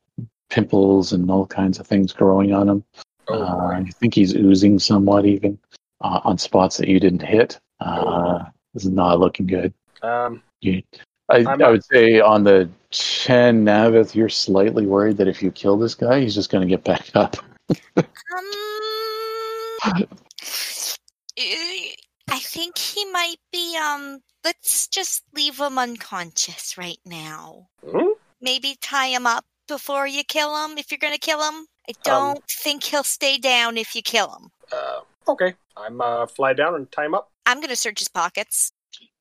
pimples and all kinds of things growing on him.
Oh,
Uh,
boy.
I think he's oozing somewhat, even uh, on spots that you didn't hit.
Oh.
Uh, this is not looking good.
um.
You, I,
I'm
I
not-
would say on the ten Navith, you're slightly worried that if you kill this guy, he's just going to get back up.
Um, eh, I think he might be. Um, let's just leave him unconscious right now.
hmm?
Maybe tie him up before you kill him. If you're gonna kill him, I
Um,
don't think he'll stay down if you kill him.
Uh, okay. I'm uh fly down and tie him up.
I'm gonna search his pockets.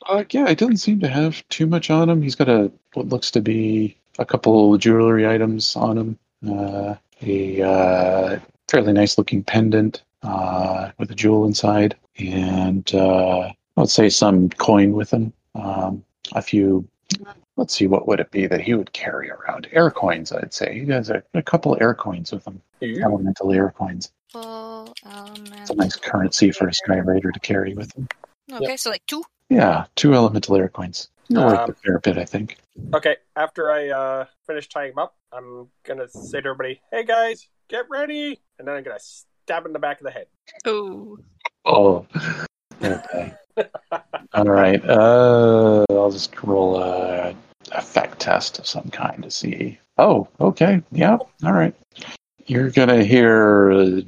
Uh, yeah, it doesn't seem to have too much on him. He's got a what looks to be a couple jewelry items on him. Uh, a uh, fairly nice looking pendant uh, with a jewel inside, and uh, let's say some coin with him. Um, a few. Let's see, what would it be that he would carry around? Air coins, I'd say. He has a, a couple air coins with him,
You-
elemental air coins.
Full
um,
element.
It's a nice currency for a Sky Raider to carry with him.
Okay, so like two.
Yeah, two elemental air coins. You'll like
Um,
the fair bit, I think.
Okay, after I uh, finish tying him up, I'm gonna say to everybody, "Hey guys, get ready!" And then I'm gonna stab him in the back of the head.
Ooh.
Oh, okay. All right. Uh, I'll just roll a effect test of some kind to see. Oh, okay. Yeah. All right. You're gonna hear uh,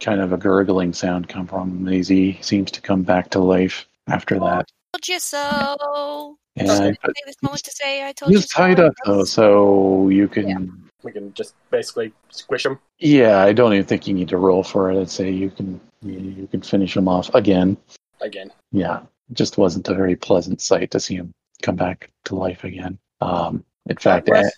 kind of a gurgling sound come from him as he seems to come back to life after that.
Told you so. Just
And
gonna take this moment to say I told you
he's
so.
tied up though, so you can.
We can just basically squish him.
Yeah, I don't even think you need to roll for it. I'd say you can you can finish him off again.
again.
Yeah, it just wasn't a very pleasant sight to see him come back to life again. Um, in fact,
Russ,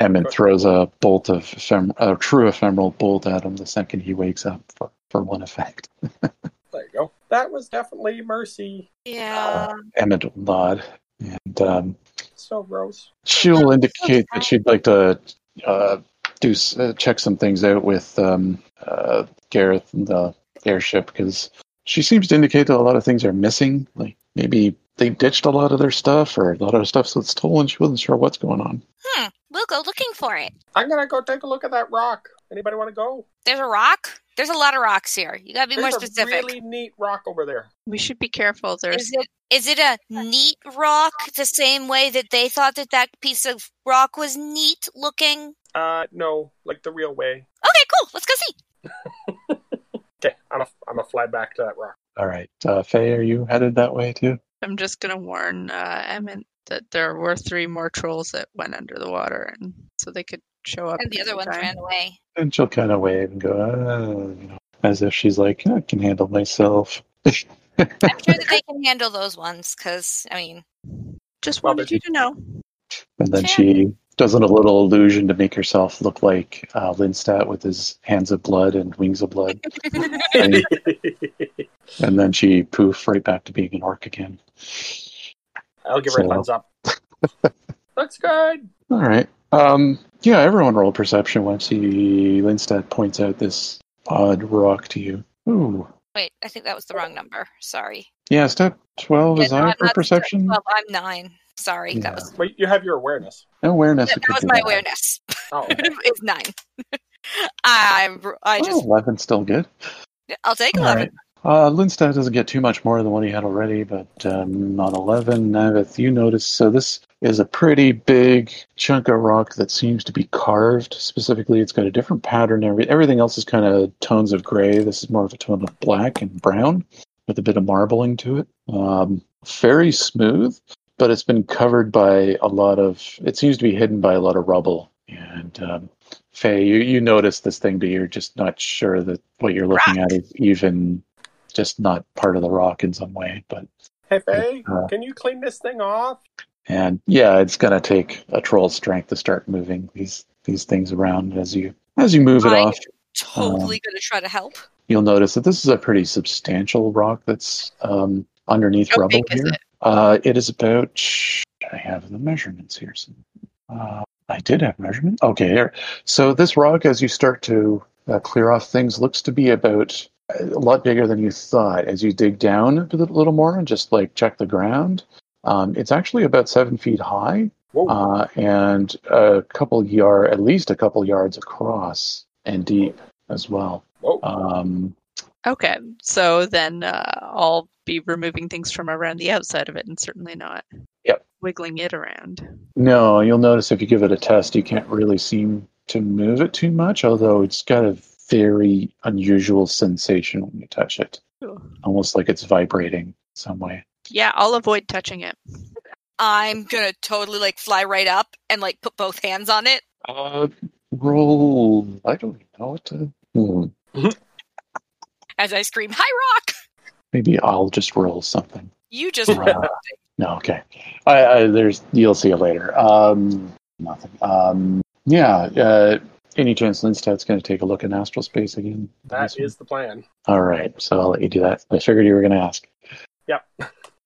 Emmett throws a bolt of ephem- a true ephemeral bolt at him the second he wakes up for, for one effect.
there you go. That was definitely mercy.
Yeah.
Emmett will nod, and um,
So gross.
she'll indicate that she'd like to uh, do s- uh, check some things out with um, uh, Gareth and the airship because she seems to indicate that a lot of things are missing. Like maybe they ditched a lot of their stuff or a lot of stuff that's stolen. She wasn't sure what's going on.
Hmm. We'll go looking for it.
I'm gonna go take a look at that rock. Anybody want to go?
There's a rock. There's a lot of rocks here. You gotta be more
There's a
specific.
really neat rock over there.
We should be careful. There's
Is it
Is it a neat rock the same way that they thought that that piece of rock was neat looking?
Uh, no, like the real way.
Okay, cool. Let's go see.
Okay, I'm gonna, I'm gonna fly back to that rock.
All right, uh, Faye, are you headed that way too?
I'm just gonna warn uh, Emmett that there were three more trolls that went under the water, and so they could show up.
And the other ones
anytime.
ran away.
And she'll kind of wave and go, uh, you know, as if she's like, I can handle myself.
I'm sure that they can handle those ones because, I mean,
Just
Well,
wanted
but-
you to know.
And then
Fair.
she does a little illusion to make herself look like uh, Linstat with his hands of blood and wings of blood. and, and then she poof right back to being an orc again.
I'll give her
So-
a thumbs up. Looks good.
All right. Um, yeah, everyone roll perception once he Linstat points out this odd rock to you. Ooh.
wait? I think that was the wrong number. Sorry.
Yeah, step 12
Yeah,
is
no,
I
I'm
for
not-
perception.
Well, I'm nine. Sorry, that was
Wait, you have your awareness.
Awareness.
that,
would
that was
give you
my
that.
awareness.
Oh, okay.
it's nine. I I
Oh,
just
11's still good.
I'll take
All
eleven.
right. Uh, Lindstad doesn't get too much more than what he had already, but um, on 11, Navith, you notice. So, this is a pretty big chunk of rock that seems to be carved specifically. It's got a different pattern. Every, everything else is kind of tones of gray. This is more of a tone of black and brown with a bit of marbling to it. Um, very smooth, but it's been covered by a lot of, it seems to be hidden by a lot of rubble. And um, Faye, you, you notice this thing, but you're just not sure that what you're looking at is even just not part of the rock in some way. But
Hey Faye,
Uh.
can you clean this thing off?
and yeah, it's gonna take a troll's strength to start moving these these things around as you as you move it
I-
off.
Totally gonna try to help.
You'll notice that this is a pretty substantial rock that's um, underneath
How
rubble
big is
here.
it?
Uh, it is about. I have the measurements here. So, uh, I did have measurements. Okay, here. So this rock, as you start to uh, clear off things, looks to be about uh, a lot bigger than you thought. As you dig down a bit- little more and just like check the ground, um, it's actually about seven feet high
Whoa.
uh, and a couple yard, at least a couple yards across and deep as well.
Whoa.
Um,
Okay, so then uh, I'll be removing things from around the outside of it, and certainly not
Yep.
wiggling it around.
No, you'll notice if you give it a test, you can't really seem to move it too much, although it's got a very unusual sensation when you touch it,
Cool.
almost like it's vibrating some way.
Yeah, I'll avoid touching it.
I'm gonna totally like fly right up and like put both hands on it.
Uh, roll. I don't know what to. Hmm,
as I scream, "Hi, Rock!
maybe I'll just roll something.
You just rolled."
Uh, no, okay. I, I there's you'll see it later. Um, nothing. Um, yeah. Uh, any chance Lindstad's going to take a look in astral space again?
That is the plan.
All right, so I'll let you do that. I figured you were going to ask.
Yep.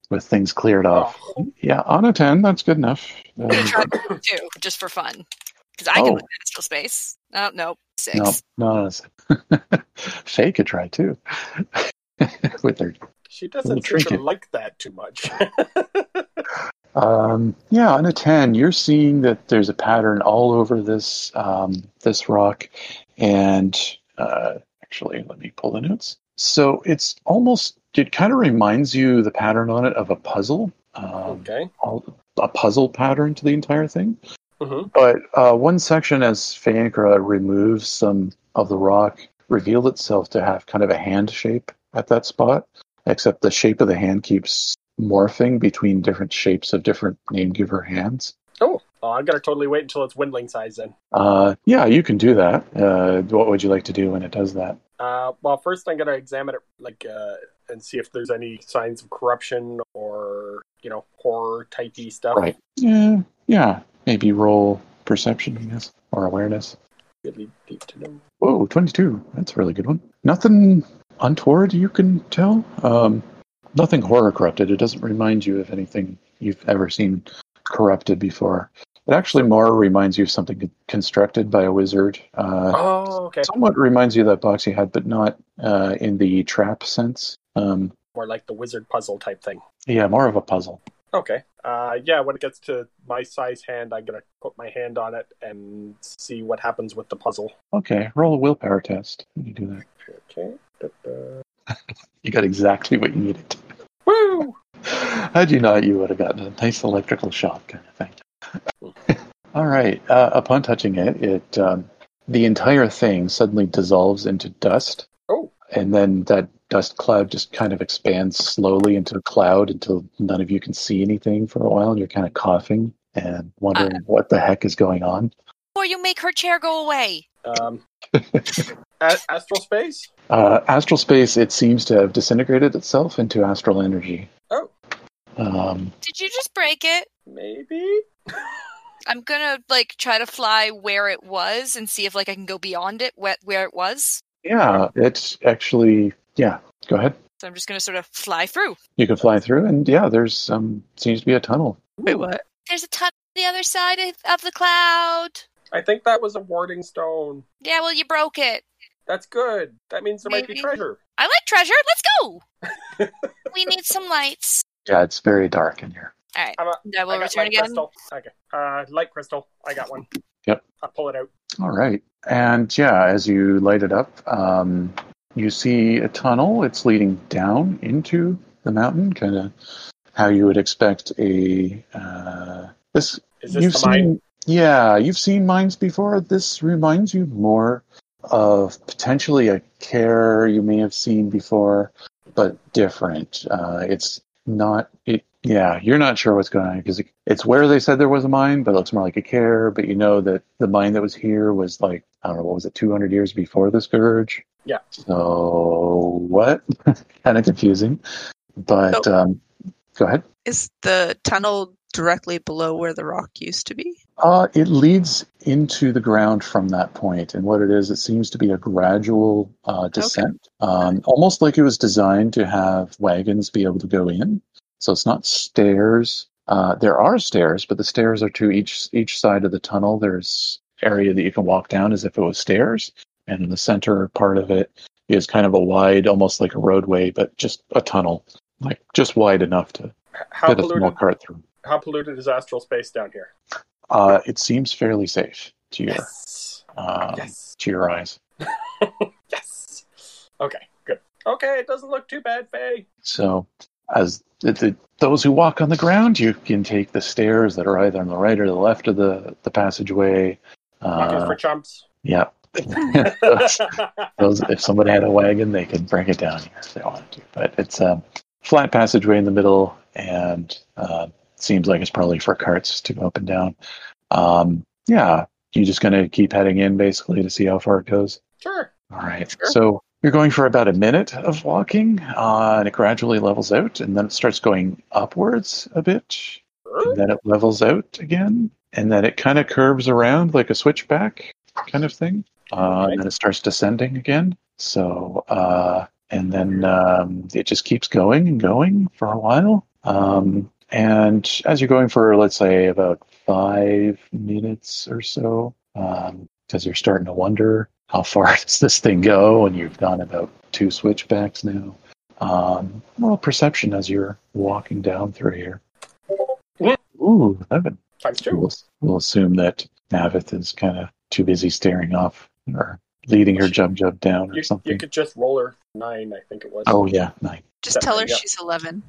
With things cleared off.
Oh,
Yeah, on a 10, that's good enough. Um,
I'm gonna try to too, just for fun, because I
Oh.
can look at astral space. Oh no, six.
no, no. it's- Faye could try too. With her.
she
Little
doesn't seem to
trinket.
like that too much.
Um, yeah, on a ten, you're seeing that there's a pattern all over this um, this rock, and uh, actually, let me pull the notes. So it's almost it kind of reminds you the pattern on it of a puzzle, um,
Okay.
all, a puzzle pattern to the entire thing.
Mhm.
But uh, one section, as Fayankra removes some of the rock, revealed itself to have kind of a hand shape at that spot, except the shape of the hand keeps morphing between different shapes of different name giver hands.
Oh, oh, I'm gonna totally wait until it's windling size then.
Uh, yeah, you can do that. Uh, what would you like to do when it does that?
Uh, well, first I'm gonna examine it like uh, and see if there's any signs of corruption or you know horror typey stuff.
Right. Yeah, yeah. Maybe roll perception, I guess, or awareness.
Good lead- lead to know.
Whoa, 22. That's a really good one. Nothing untoward you can tell. Um, nothing horror corrupted. It doesn't remind you of anything you've ever seen corrupted before. It actually more reminds you of something constructed by a wizard. Uh,
Oh, okay.
Somewhat reminds you of that box you had, but not uh, in the trap sense. Um,
More like the wizard puzzle type thing.
yeah, more of a puzzle.
Okay. Uh, yeah, when it gets to my size hand, I'm gonna put my hand on it and see what happens with the puzzle.
Okay, roll a willpower test. When you do that,
Okay. Da-da.
you got exactly what you needed.
Woo!
Had you not, you would have gotten a nice electrical shock kind of thing. All right. Uh, upon touching it, it um, the entire thing suddenly dissolves into dust.
Oh.
And then that dust cloud just kind of expands slowly into a cloud until none of you can see anything for a while, and you're kind of coughing and wondering
Ah.
what the heck is going on.
Or you make her chair go away.
Um, a- astral space.
Uh, astral space, it seems to have disintegrated itself into astral energy.
Oh.
Um,
Did you just break it?
Maybe.
I'm gonna like try to fly where it was and see if like I can go beyond it where, where it was.
yeah, it's actually, yeah, go ahead.
So I'm just gonna sort of fly through.
You can fly through, and yeah, there's um seems to be a tunnel.
Wait, what?
There's a ton on the other side of of the cloud.
I think that was a warding stone.
Yeah, well you broke it.
That's good. That means there might be
Maybe.
treasure.
I like treasure. Let's go. we need some lights.
Yeah, it's very dark in here.
And I will
I got
return
light
again.
crystal. Okay. Uh, light crystal. I got one.
Yep.
I'll pull it out.
All right, and yeah, as you light it up, um, you see a tunnel. It's leading down into the mountain, kind of how you would expect a uh, this.
Is this
you've
the
seen,
mine?
yeah, you've seen mines before. This reminds you more of potentially a care you may have seen before, but different. Uh, it's not it yeah you're not sure what's going on because it, it's where they said there was a mine but it looks more like a care but you know that the mine that was here was like i don't know what was it 200 years before the scourge
Yeah.
so what kind of confusing but um go ahead
Is the tunnel directly below where the rock used to be?
Uh, it leads into the ground from that point, and what it is, it seems to be a gradual uh, descent, um, almost like it was designed to have wagons be able to go in. So it's not stairs. Uh, there are stairs, but the stairs are to each each side of the tunnel. There's area that you can walk down as if it was stairs, and in the center part of it is kind of a wide, almost like a roadway, but just a tunnel, like just wide enough to
H- How
fit a small
polluted?
cart through.
How polluted is astral space down here?
Uh, it seems fairly safe to your.
Yes.
Um,
Yes.
to your eyes.
Yes. Okay. Good. Okay. It doesn't look too bad, Faye.
So, as the, the, those who walk on the ground, you can take the stairs that are either on the right or the left of the, the passageway.
Pockets
Uh,
for chumps.
yeah. those, those- if somebody had a wagon, they could bring it down here if they wanted to. But it's a flat passageway in the middle, and uh, seems like it's probably for carts to go up and down. Um, yeah, you just going to keep heading in basically to see how far it goes.
sure.
All right.
Sure.
So you're going for about a minute of walking, uh, and it gradually levels out, and then it starts going upwards a bit, and then it levels out again, and then it kind of curves around like a switchback kind of thing, uh, and then it starts descending again. So, uh, and then um, it just keeps going and going for a while. Um, and as you're going for, let's say, about five minutes or so, um, because you're starting to wonder how far does this thing go, and you've gone about two switchbacks now. Um, well, perception as you're walking down through here. Ooh, 11.
times two.
We'll, we'll assume that Navith is kind of too busy staring off or leading her jub jub down or
You,
something.
you could just roll her nine, I think it was.
Oh, yeah, nine.
Just tell her
Yeah.
she's Oh, 11.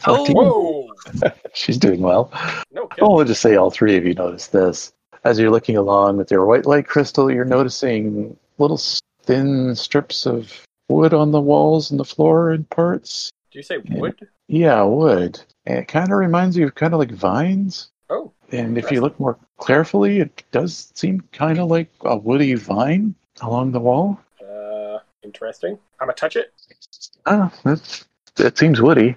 Fourteen.
Whoa!
Oh, She's doing well.
No kidding.
Oh, we'll just say all three of you noticed this. As you're looking along with your white light crystal, you're noticing little s- thin strips of wood on the walls and the floor in parts.
Do you say wood?
Yeah, wood. And it kind of reminds you of kind of like vines.
Oh,
And if you look more carefully, it does seem kind of like a woody vine along the wall.
uh, interesting. I'm gonna touch it.
Ah, that's it seems woody.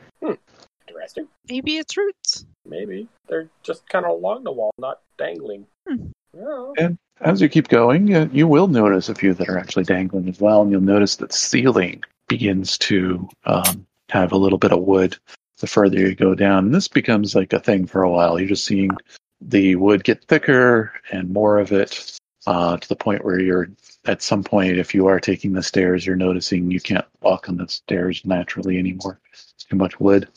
Interesting.
Maybe it's roots.
Maybe they're just kind of along the wall, not dangling.
Hmm.
Yeah.
As you keep going, uh, you will notice a few that are actually dangling as well, and you'll notice that ceiling begins to um, have a little bit of wood the further you go down. And this becomes like a thing for a while. You're just seeing the wood get thicker and more of it uh, to the point where you're at some point, if you are taking the stairs, you're noticing you can't walk on the stairs naturally anymore. It's too much wood.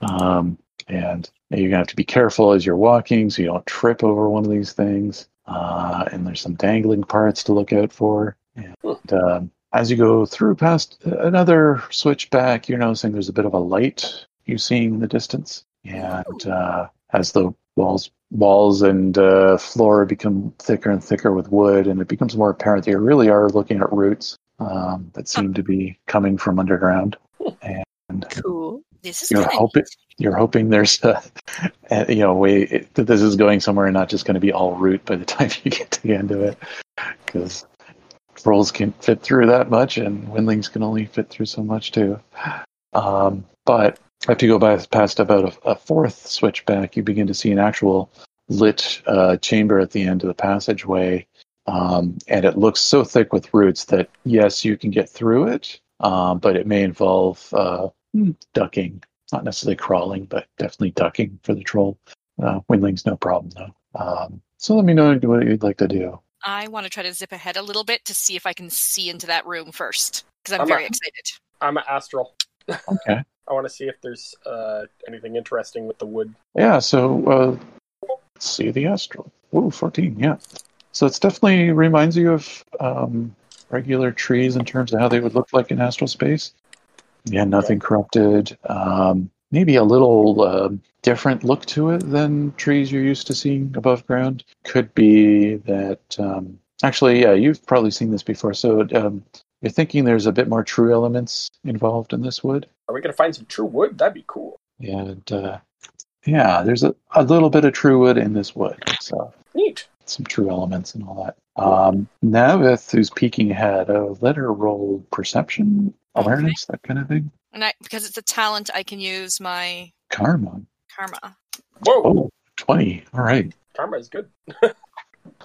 Um, and you're gonna have to be careful as you're walking so you don't trip over one of these things uh, and there's some dangling parts to look out for and um, as you go through past another switchback you're noticing there's a bit of a light you see in the distance and uh, as the walls walls and uh, floor become thicker and thicker with wood and it becomes more apparent that you really are looking at roots um, that seem to be coming from underground and
Cool.
This is
You're
kind of
hoping- you're hoping there's a, a- you know way it, that this is going somewhere and not just going to be all root by the time you get to the end of it because trolls can fit through that much and windlings can only fit through so much too um, but after you go by, past about a, a fourth switchback you begin to see an actual lit uh, chamber at the end of the passageway um, and it looks so thick with roots that yes you can get through it um, but it may involve uh, ducking not necessarily crawling, but definitely ducking for the troll. Uh, windling's no problem though. Um, so let me know what you'd like to do.
I want to try to zip ahead a little bit to see if I can see into that room first because I'm
I'm
very
a-
excited.
I'm an astral.
Okay.
I want to see if there's uh, anything interesting with the wood.
Yeah. So uh, let's see the astral. Ooh, fourteen. Yeah. So it's definitely reminds you of um, regular trees in terms of how they would look like in astral space. Yeah, nothing corrupted. Um, maybe a little uh, different look to it than trees you're used to seeing above ground. Could be that. Um, actually, yeah, you've probably seen this before. So um, you're thinking there's a bit more true elements involved in this wood.
Are we gonna find some true wood? That'd be cool.
And uh, yeah, there's a, a little bit of true wood in this wood. So
Neat.
some true elements and all that. Um, Navith, who's peeking ahead, oh, let her roll perception, awareness, that kind of thing.
And I, because it's a talent, I can use my
Karma.
karma.
Whoa,
Oh, 20. All right.
karma is good.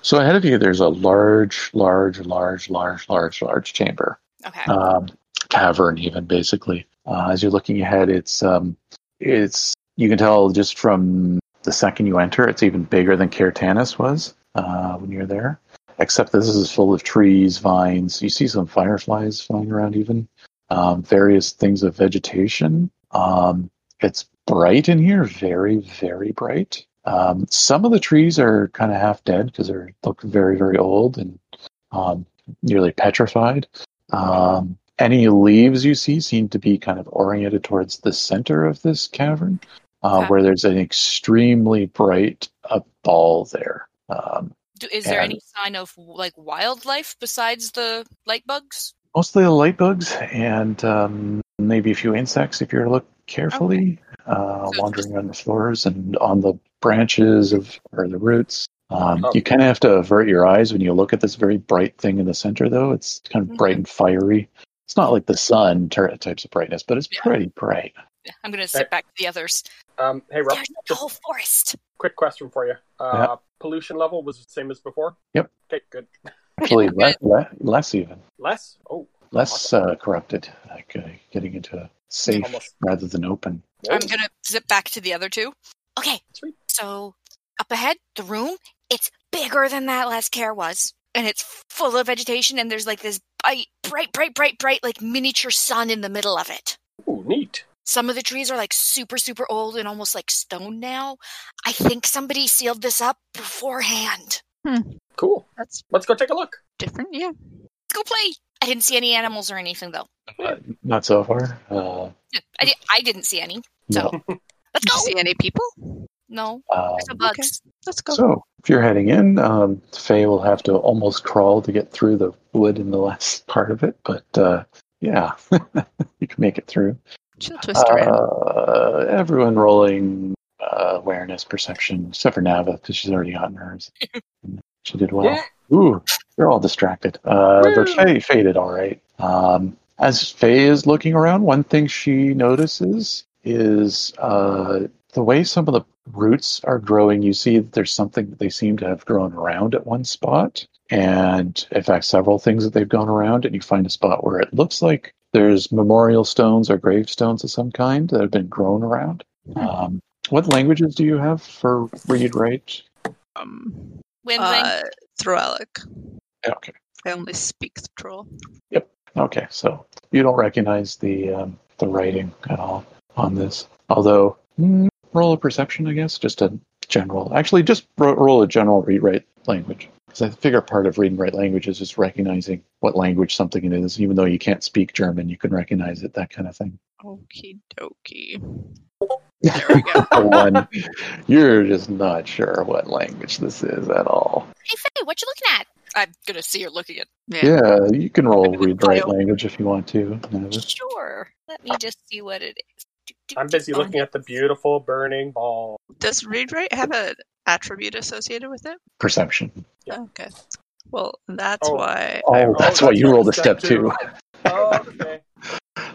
So ahead of you, there's a large, large, large, large, large, large chamber.
Okay.
um, cavern even basically uh, as you're looking ahead it's um, it's you can tell just from the second you enter it's even bigger than Cartanis was uh, when you're there except this is full of trees vines you see some fireflies flying around even um, various things of vegetation um, it's bright in here very very bright um, some of the trees are kind of half dead because they look very very old and um, nearly petrified um, any leaves you see seem to be kind of oriented towards the center of this cavern, uh,
Okay.
where there's an extremely bright uh, ball there. Um,
Do, is there
and-
any sign of like wildlife besides the light bugs?
mostly the light bugs and um, maybe a few insects if you were to look carefully, uh,
it's
wandering on the floors and on the branches of or the roots. Um,
Oh.
You kind of have to avert your eyes when you look at this very bright thing in the center, though. It's kind of
Mm-hmm.
bright and fiery. It's not like the sun ter- types of brightness, but it's
Yeah.
pretty bright.
Yeah, I'm going to zip
Uh,
back to the others.
Um, hey Rob,
There's the
just
whole forest.
quick question for you. Uh, Pollution level was the same as before.
Yep.
Okay, good.
Actually, le- le- less even
Less. Oh,
less uh, corrupted. Like uh, getting into a safe
Almost.
rather than open.
I'm going to zip back to the other two.
Okay,
Sweet.
so up ahead, the room, it's bigger than that last care was. And it's full of vegetation, and there's like this bright, bright, bright, bright, bright, like miniature sun in the middle of it.
Ooh, neat.
Some of the trees are like super, super old and almost like stone now. I think somebody sealed this up beforehand.
Cool.
That's
Let's go take a look.
different, yeah.
Go play.
I didn't see any animals or anything though.
Not so far. Uh,
I, di- I didn't see any.
no.
Did
Let's
you
go.
see any people?
No,
Um,
there's no bugs.
Let's go.
so if you're heading in, um, Faye will have to almost crawl to get through the wood in the last part of it. But uh, yeah, you can make it through.
She'll twist around.
Uh, everyone rolling uh, awareness, perception, except for Nava because she's already gotten hers. she did well. Ooh, they're all distracted. Uh, but
Woo!
Faye, Faye did all right. Um, as Faye is looking around, one thing she notices is uh, the way some of the roots are growing. You see that there's something that they seem to have grown around at one spot, and in fact, several things that they've gone around. And you find a spot where it looks like there's memorial stones or gravestones of some kind that have been grown around. Um, what languages do you have for read, write?
Um,
Win
uh, Thralic.
Okay.
I only speak Thrall.
Okay, so you don't recognize the um, the writing at all on this. Although, mm, roll a perception, I guess, just a general. Actually, just ro- roll a general read-write language. Because I figure part of read and write language is just recognizing what language something it is. Even though you can't speak German, you can recognize it, that kind of thing.
Okie dokie. There we go.
A One, you're just not sure what language this is at all.
Hey Faye, what you looking at?
I'm gonna see her looking at.
Yeah.
Yeah, you can roll read-write
Bio.
language if you want to. Navis.
Sure. Let me just see what it is. Do, do,
I'm
do,
busy
oh,
looking at the beautiful burning ball.
Does read write have an attribute associated with it?
Perception.
Yeah.
Okay. Well, that's
Oh.
why.
Oh,
I
that's, why
that's
you
right,
rolled a
step
step,
two.
two.
Oh, okay.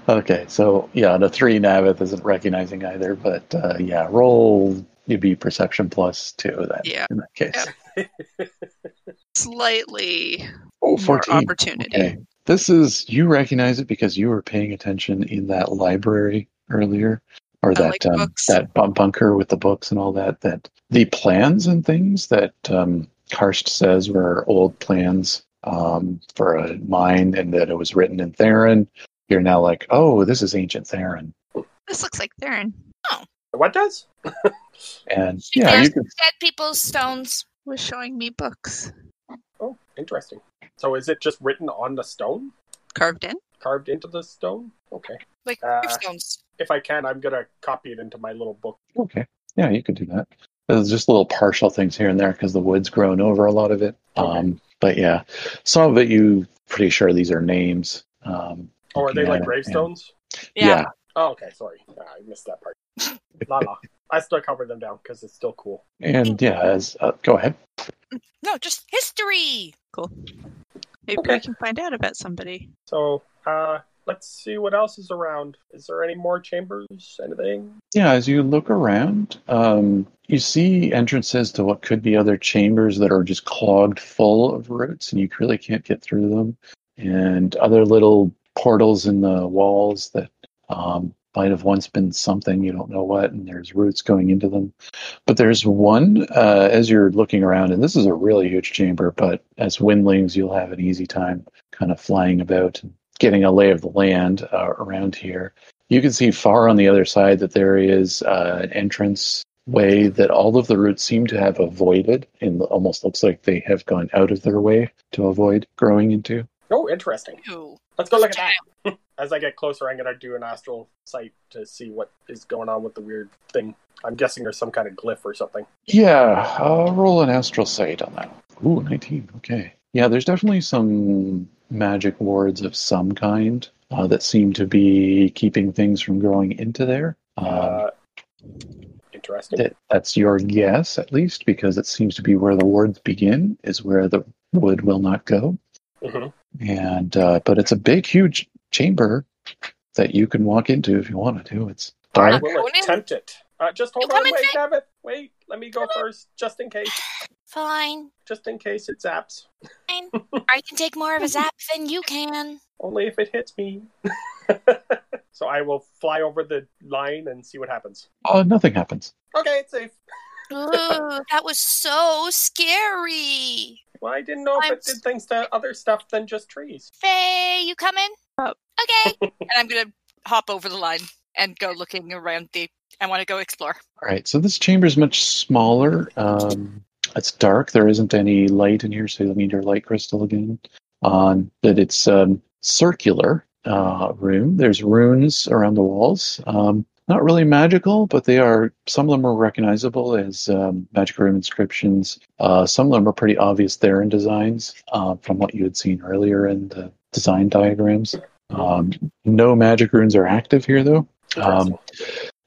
Okay, so yeah, the three Navith isn't recognizing either, but uh, yeah, roll you'd be perception plus two then
Yeah.
in that case.
Yeah. slightly
Oh,
more
14.
opportunity.
Okay. This is you recognize it because you were paying attention in that library earlier, or that
like
um,
books.
that bump bunker with the books and all that. That the plans and things that um, Karst says were old plans um, for a mine, and that it was written in Theron. You're now like, oh, this is ancient Theron,
This looks like Theron.
What does?
and
She
yeah,
has
you can
Dead people's stones.
Was showing me books
Oh, interesting. So is it just written on the stone?
carved in.
Carved into the stone? Okay.
Like
Uh,
gravestones.
If I can, I'm going to copy it into my little book.
Okay. Yeah, you could do that. There's just little partial things here and there because the wood's grown over a lot of it. Um, but yeah, some of it you pretty sure these are names. Um,
Oh, are they
Yeah,
like
yeah.
gravestones?
yeah.
Oh, okay. Sorry. Ah, I missed that part. La la. I still cover them down because it's still cool.
And yeah, as uh, go ahead.
No, just history.
Maybe
Okay.
we can find out about somebody.
So, uh, let's see what else is around. Is there any more chambers? Anything?
Yeah, as you look around, um, you see entrances to what could be other chambers that are just clogged full of roots, and you really can't get through them. And other little portals in the walls that um, might have once been something, you don't know what, and there's roots going into them. But there's one, uh, as you're looking around, and this is a really huge chamber, but as windlings, you'll have an easy time kind of flying about and getting a lay of the land uh, around here you can see far on the other side that there is uh, an entrance way that all of the routes seem to have avoided and almost looks like they have gone out of their way to avoid growing into
Oh, interesting.
Ew.
Let's go look at that. As I get closer, I'm going to do an astral sight to see what is going on with the weird thing. I'm guessing there's some kind of glyph or something.
yeah uh, roll an astral sight on that ooh 19 okay yeah there's definitely some magic wards of some kind uh, that seem to be keeping things from growing into there um,
Uh, interesting.
that that's your guess at least because it seems to be where the wards begin is where the wood will not go
hmm
and uh, but it's a big huge chamber that you can walk into if you wanted to it's
I
dark
will
Conan?
attempt it. Uh, just hold
You
on.
come and
Wait,
say-
Navith. Wait. Let me go first, just in case.
Fine.
Just in case it zaps.
Fine. I can take more of a zap than you can.
Only if it hits me. so I will fly over the line and see what happens.
oh nothing happens
Okay, it's safe.
Ooh, Oh, that was so scary.
Well, I didn't know if
I'm
it did things to other stuff than just trees.
Faye, you coming?
Up.
Okay.
And I'm gonna hop over the line.
and go looking around the. I want to go explore.
All right, so this chamber is much smaller. Um, it's dark. There isn't any light in here, so you'll need your light crystal again. On that, it's um, circular uh, room. There's runes around the walls. Um, not really magical, but they are. Some of them are recognizable as um, magic room inscriptions. Uh, some of them are pretty obvious there in designs uh, from what you had seen earlier in the design diagrams. Um, no magic runes are active here, though. Um,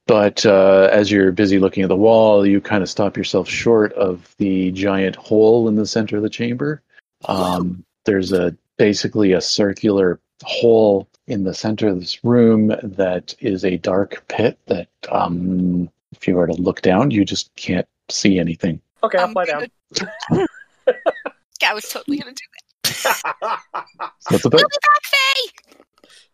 but uh, as you're busy looking at the wall, you kind of stop yourself short of the giant hole in the center of the chamber. Um, there's a basically a circular hole in the center of this room that is a dark pit that, um, if you were to look down, you just can't see anything.
Okay, I'll
I'm
fly down.
gonna- Yeah, I was totally gonna do that.
So it's about
I'll be back, Faye.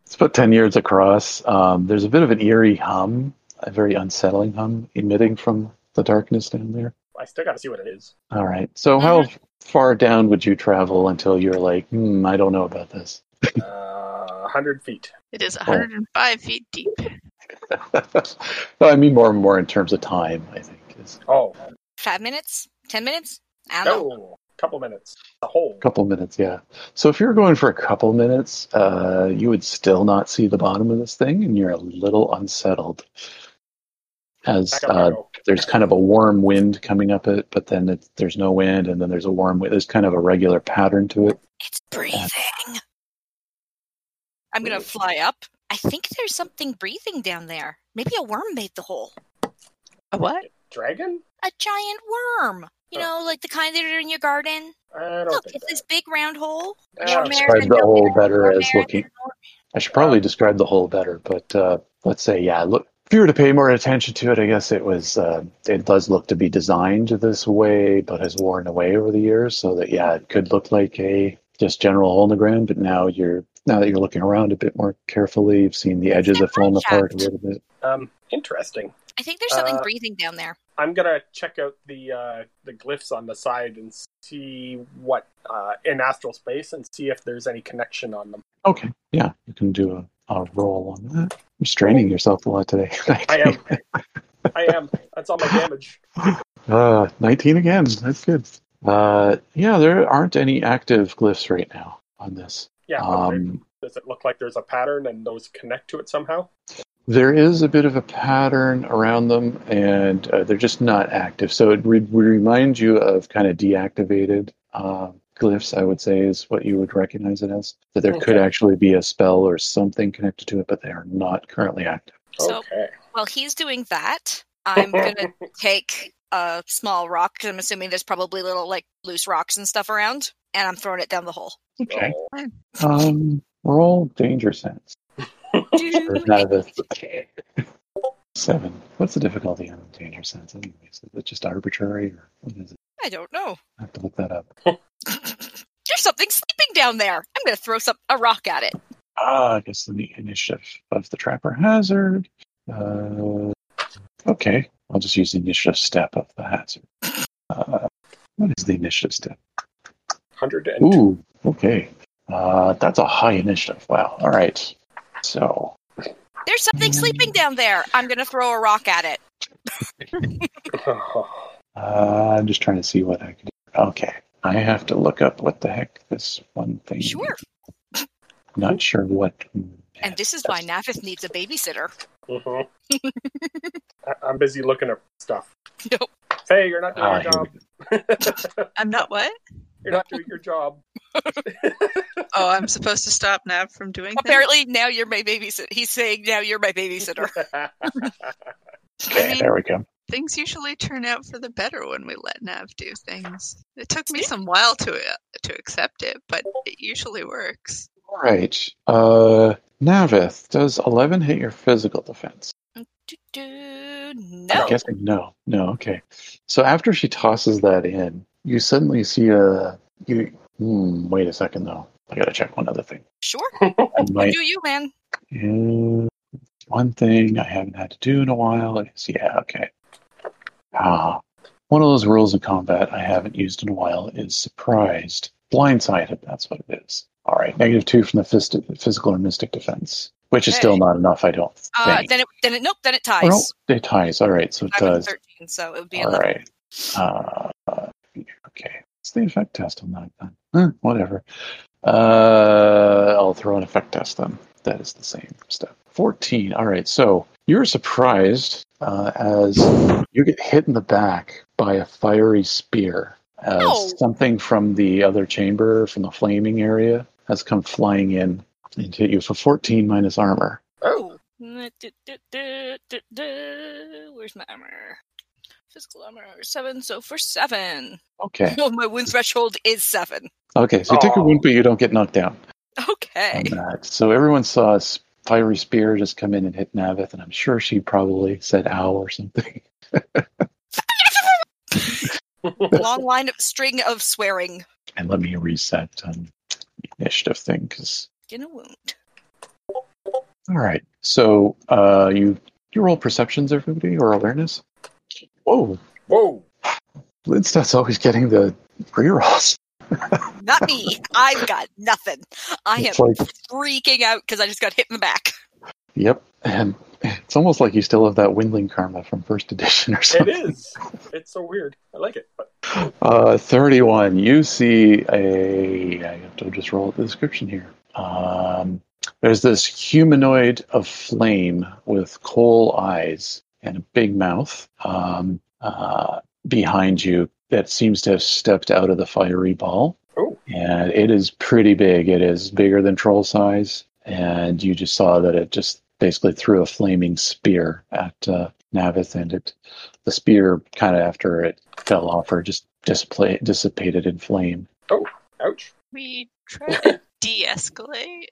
It's about 10 yards across. Um, there's a bit of an eerie hum, a very unsettling hum emitting from the darkness down there.
I still got to see what it is.
All right. So, how far down would you travel until you're like, hmm, I don't know about this?
Uh, 100 feet.
It is 105 feet deep.
no, I mean more and more in terms of time, I think. It's
Oh,
Five minutes? Ten minutes? I don't know.
no. Couple minutes. A hole.
a couple minutes, yeah. So, if you're going for a couple minutes, uh, you would still not see the bottom of this thing, and you're a little unsettled. As
Back up I
uh,
go.
there's kind of a warm wind coming up it, but then it, there's no wind, and then there's a warm wind. There's kind of a regular pattern to it.
It's breathing. I'm gonna fly up. I think there's something breathing down there. Maybe a worm made the hole.
A what?
Dragon?
A giant worm. You
Oh.
know, like the kind that are in your garden.
I don't
Look,
think
it's
that.
this big round hole.
I
You're
don't
married
describe
and
the
don't
hole
married,
better
you're
as
married
looking-
and don't-
I should probably
Um,
describe the whole better, but uh, let's say, yeah, look. If you were to pay more attention to it, I guess it was. Uh, it does look to be designed this way, but has worn away over the years, so that yeah, it could look like a just general hole in the ground. But now you're now that you're looking around a bit more carefully, you've seen the edges have fallen apart a little bit.
Um, interesting.
I think there's something
Uh,
breathing down there.
I'm gonna check out the uh, the glyphs on the side and see what uh, in astral space and see if there's any connection on them.
Okay, yeah, you can do a, a roll on that. You're straining yourself a lot today.
I am. I am. That's all my damage.
Uh, 19 again. That's good. Uh, yeah, there aren't any active glyphs right now on this.
Yeah. okay.
Um,
Does it look like there's a pattern and those connect to it somehow?
there is a bit of a pattern around them, and uh, they're just not active. So it would would remind you of kind of deactivated uh, glyphs, I would say, is what you would recognize it as. That there could
Okay.
actually be a spell or something connected to it, but they are not currently active.
So-
okay.
While he's doing that, I'm gonna take a small rock 'cause I'm assuming there's probably little like loose rocks and stuff around, and I'm throwing it down the hole.
Okay.
Oh,
Um, roll danger sense. Or
Do
kind of a- Seven. What's the difficulty on danger sense? Anyways, is it just arbitrary, or what is it?
I don't know.
I have to look that up.
There's something sleeping down there. I'm gonna throw some a rock at it.
Ah, I guess the initiative of the trapper hazard. Uh, okay, I'll just use the initiative step of the hazard. Uh, what is the initiative step?
102.
Ooh, okay. Uh, that's a high initiative. Wow. All right. So
There's something sleeping down there. I'm gonna throw a rock at it.
uh, I'm just trying to see what I can do. Okay. I have to look up what the heck this one thing
Sure.
Not sure what.
And this is why Navith needs a babysitter.
Mhm. I- I'm busy looking at stuff.
Nope.
Faye, you're not doing
Ah,
your
here we
job.
go.
I'm not what?
You're not doing your job.
Oh, I'm supposed to stop Nav from
Mm-hmm.
doing that.
Apparently now you're my babysitter. He's saying now you're my babysitter.
I
Okay,
mean,
there we go.
things usually turn out for the better when we let Nav do things. It took me some while to uh, to accept it, but it usually works.
All right. Uh, Navith, does 11 hit your physical defense?
Do-do.
I'm
No.
guessing no. No, okay. So after she tosses that in, you suddenly see a. You, hmm, wait a second, though. I gotta check one other thing.
Sure.
I might.
Do Oh, you, man?
Yeah, one thing I haven't had to do in a while is. Yeah, okay. Ah, one of those rules of combat I haven't used in a while is surprised. Blindsided, that's what it is. All right, negative two from the phys- physical or mystic defense. which is still not enough, I don't
Uh,
think.
then it then it nope then it
Oh, no,
ties.
it ties. All right, so it
I'm at
does.
thirteen, so it would be
All
eleven.
right. Uh, okay. It's the effect test on that then. Huh, whatever. Uh, I'll throw an effect test then. That is the same step. 14. All right. So you're surprised uh, as you get hit in the back by a fiery spear as
No.
something from the other chamber, from the flaming area, has come flying in and hit you for 14 minus armor.
Oh,
Mm, Where's my armor? Physical armor seven. So for seven.
Okay.
No, my wound threshold is seven.
Okay. So you take a
Aw.
wound, but you don't get knocked down.
Okay.
on that. So everyone saw a s- fiery spear just come in and hit Navith, and I'm sure she probably said ow or something.
Long line of string of swearing.
And let me reset um, the initiative thing because.
Get a wound.
All right. So uh, you you roll perceptions, everybody, or awareness. Whoa,
whoa.
Lindstad's always getting the rerolls.
Not me. I've got nothing. I am
It's like,
freaking out because I just got hit in the back.
yep, and it's almost like you still have that windling karma from first edition or
It
something.
is. It's so weird. I like it. But
Uh, 31. You see a. I have to just roll the description here. Um, there's this humanoid of flame with coal eyes and a big mouth um, uh, behind you that seems to have stepped out of the fiery ball.
Oh.
And it is pretty big. It is bigger than troll size. And you just saw that it just basically threw a flaming spear at uh, Navith, and it the spear kind of after it fell off her just display, dissipated in flame.
ouch.
We try to de-escalate.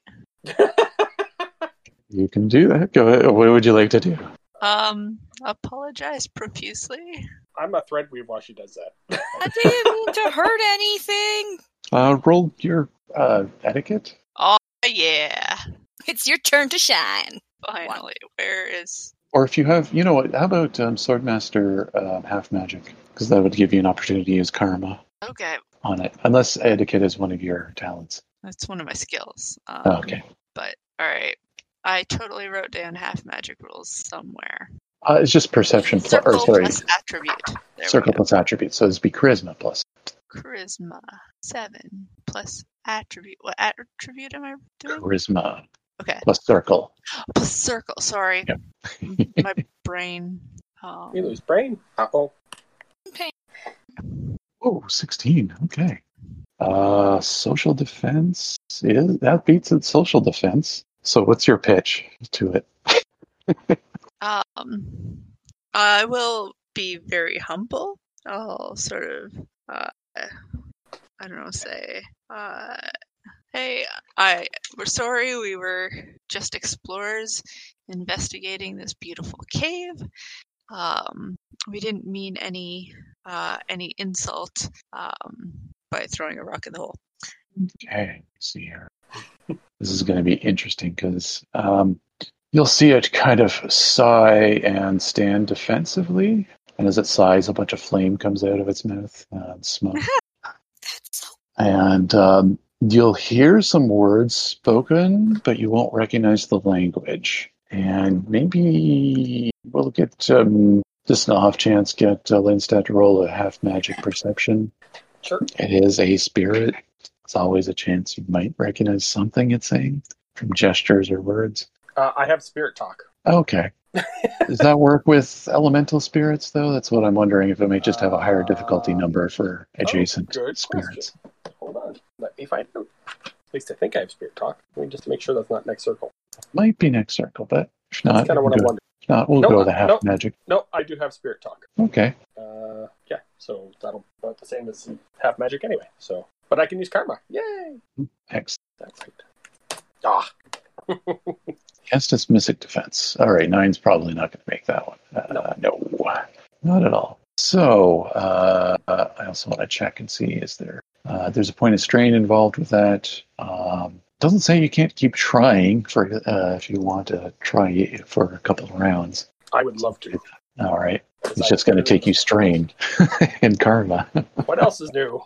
You can do that. Go ahead. What would you like to do?
Um, apologize profusely.
I'm a thread weave while she does that.
I didn't mean to hurt anything.
Uh, roll your uh, etiquette.
Uh, yeah,
It's your turn to shine.
finally. Where is?
Or if you have, you know what? How about um, Swordmaster um, Half Magic? Because that would give you an opportunity to use Karma
Okay,
on it. Unless etiquette is one of your talents. Oh,
that's one of my skills. Um,
Okay.
But all right, I totally wrote down half magic rules somewhere.
Uh, it's just perception plus, or
Circle
sorry,
plus attribute. There
circle
we go.
plus attribute. So it's be charisma plus.
Charisma seven plus attribute. What attribute am I doing?
Charisma
Okay,
plus circle.
plus circle. Sorry,
Yep.
my brain. Um,
you lose brain. Uh-oh.
Oh, 16. Okay. Uh, social defense is that beats its social defense. So, what's your pitch to it?
Um, I will be very humble. I'll sort of, uh, I don't know, say, uh, hey, I we're sorry. We were just explorers investigating this beautiful cave. Um, we didn't mean any uh, any insult um, by throwing a rock in the hole.
Okay, let's see here. This is going to be interesting because um, you'll see it kind of sigh and stand defensively. And as it sighs, a bunch of flame comes out of its mouth uh, and smoke.
That's so
and um, you'll hear some words spoken, but you won't recognize the language. And maybe we'll get um, just an off chance get uh, Lindstad to roll a half magic perception.
Sure.
It is a spirit. It's always a chance you might recognize something it's saying from gestures or words.
Uh, I have spirit talk.
Okay. Does that work with elemental spirits though? That's what I'm wondering if it may just have a higher difficulty
Uh,
number for adjacent
good
spirits.
Hold on. Let me find out. At least I think I have spirit talk. Let me just make sure that's not next circle.
Might be next circle, but if
That's
not,
kind of what
good.
I'm wondering.
If not, we'll
Nope,
go to half
nope.
magic.
No, I do have spirit talk.
Okay.
Uh, yeah, so that'll about the same as half magic anyway. So, but I can use karma. Yay!
Excellent.
That's right. Ah,
Cast its mystic defense. All right, nine's probably not going to make that one. Uh, no. not at all. So uh, uh, I also want to check and see is there uh, there's a point of strain involved with that. Um, doesn't say you can't keep trying for uh, if you want to try for a couple of rounds.
I would love to.
All right,
It's
it's just going to take you strain in karma.
What else is new?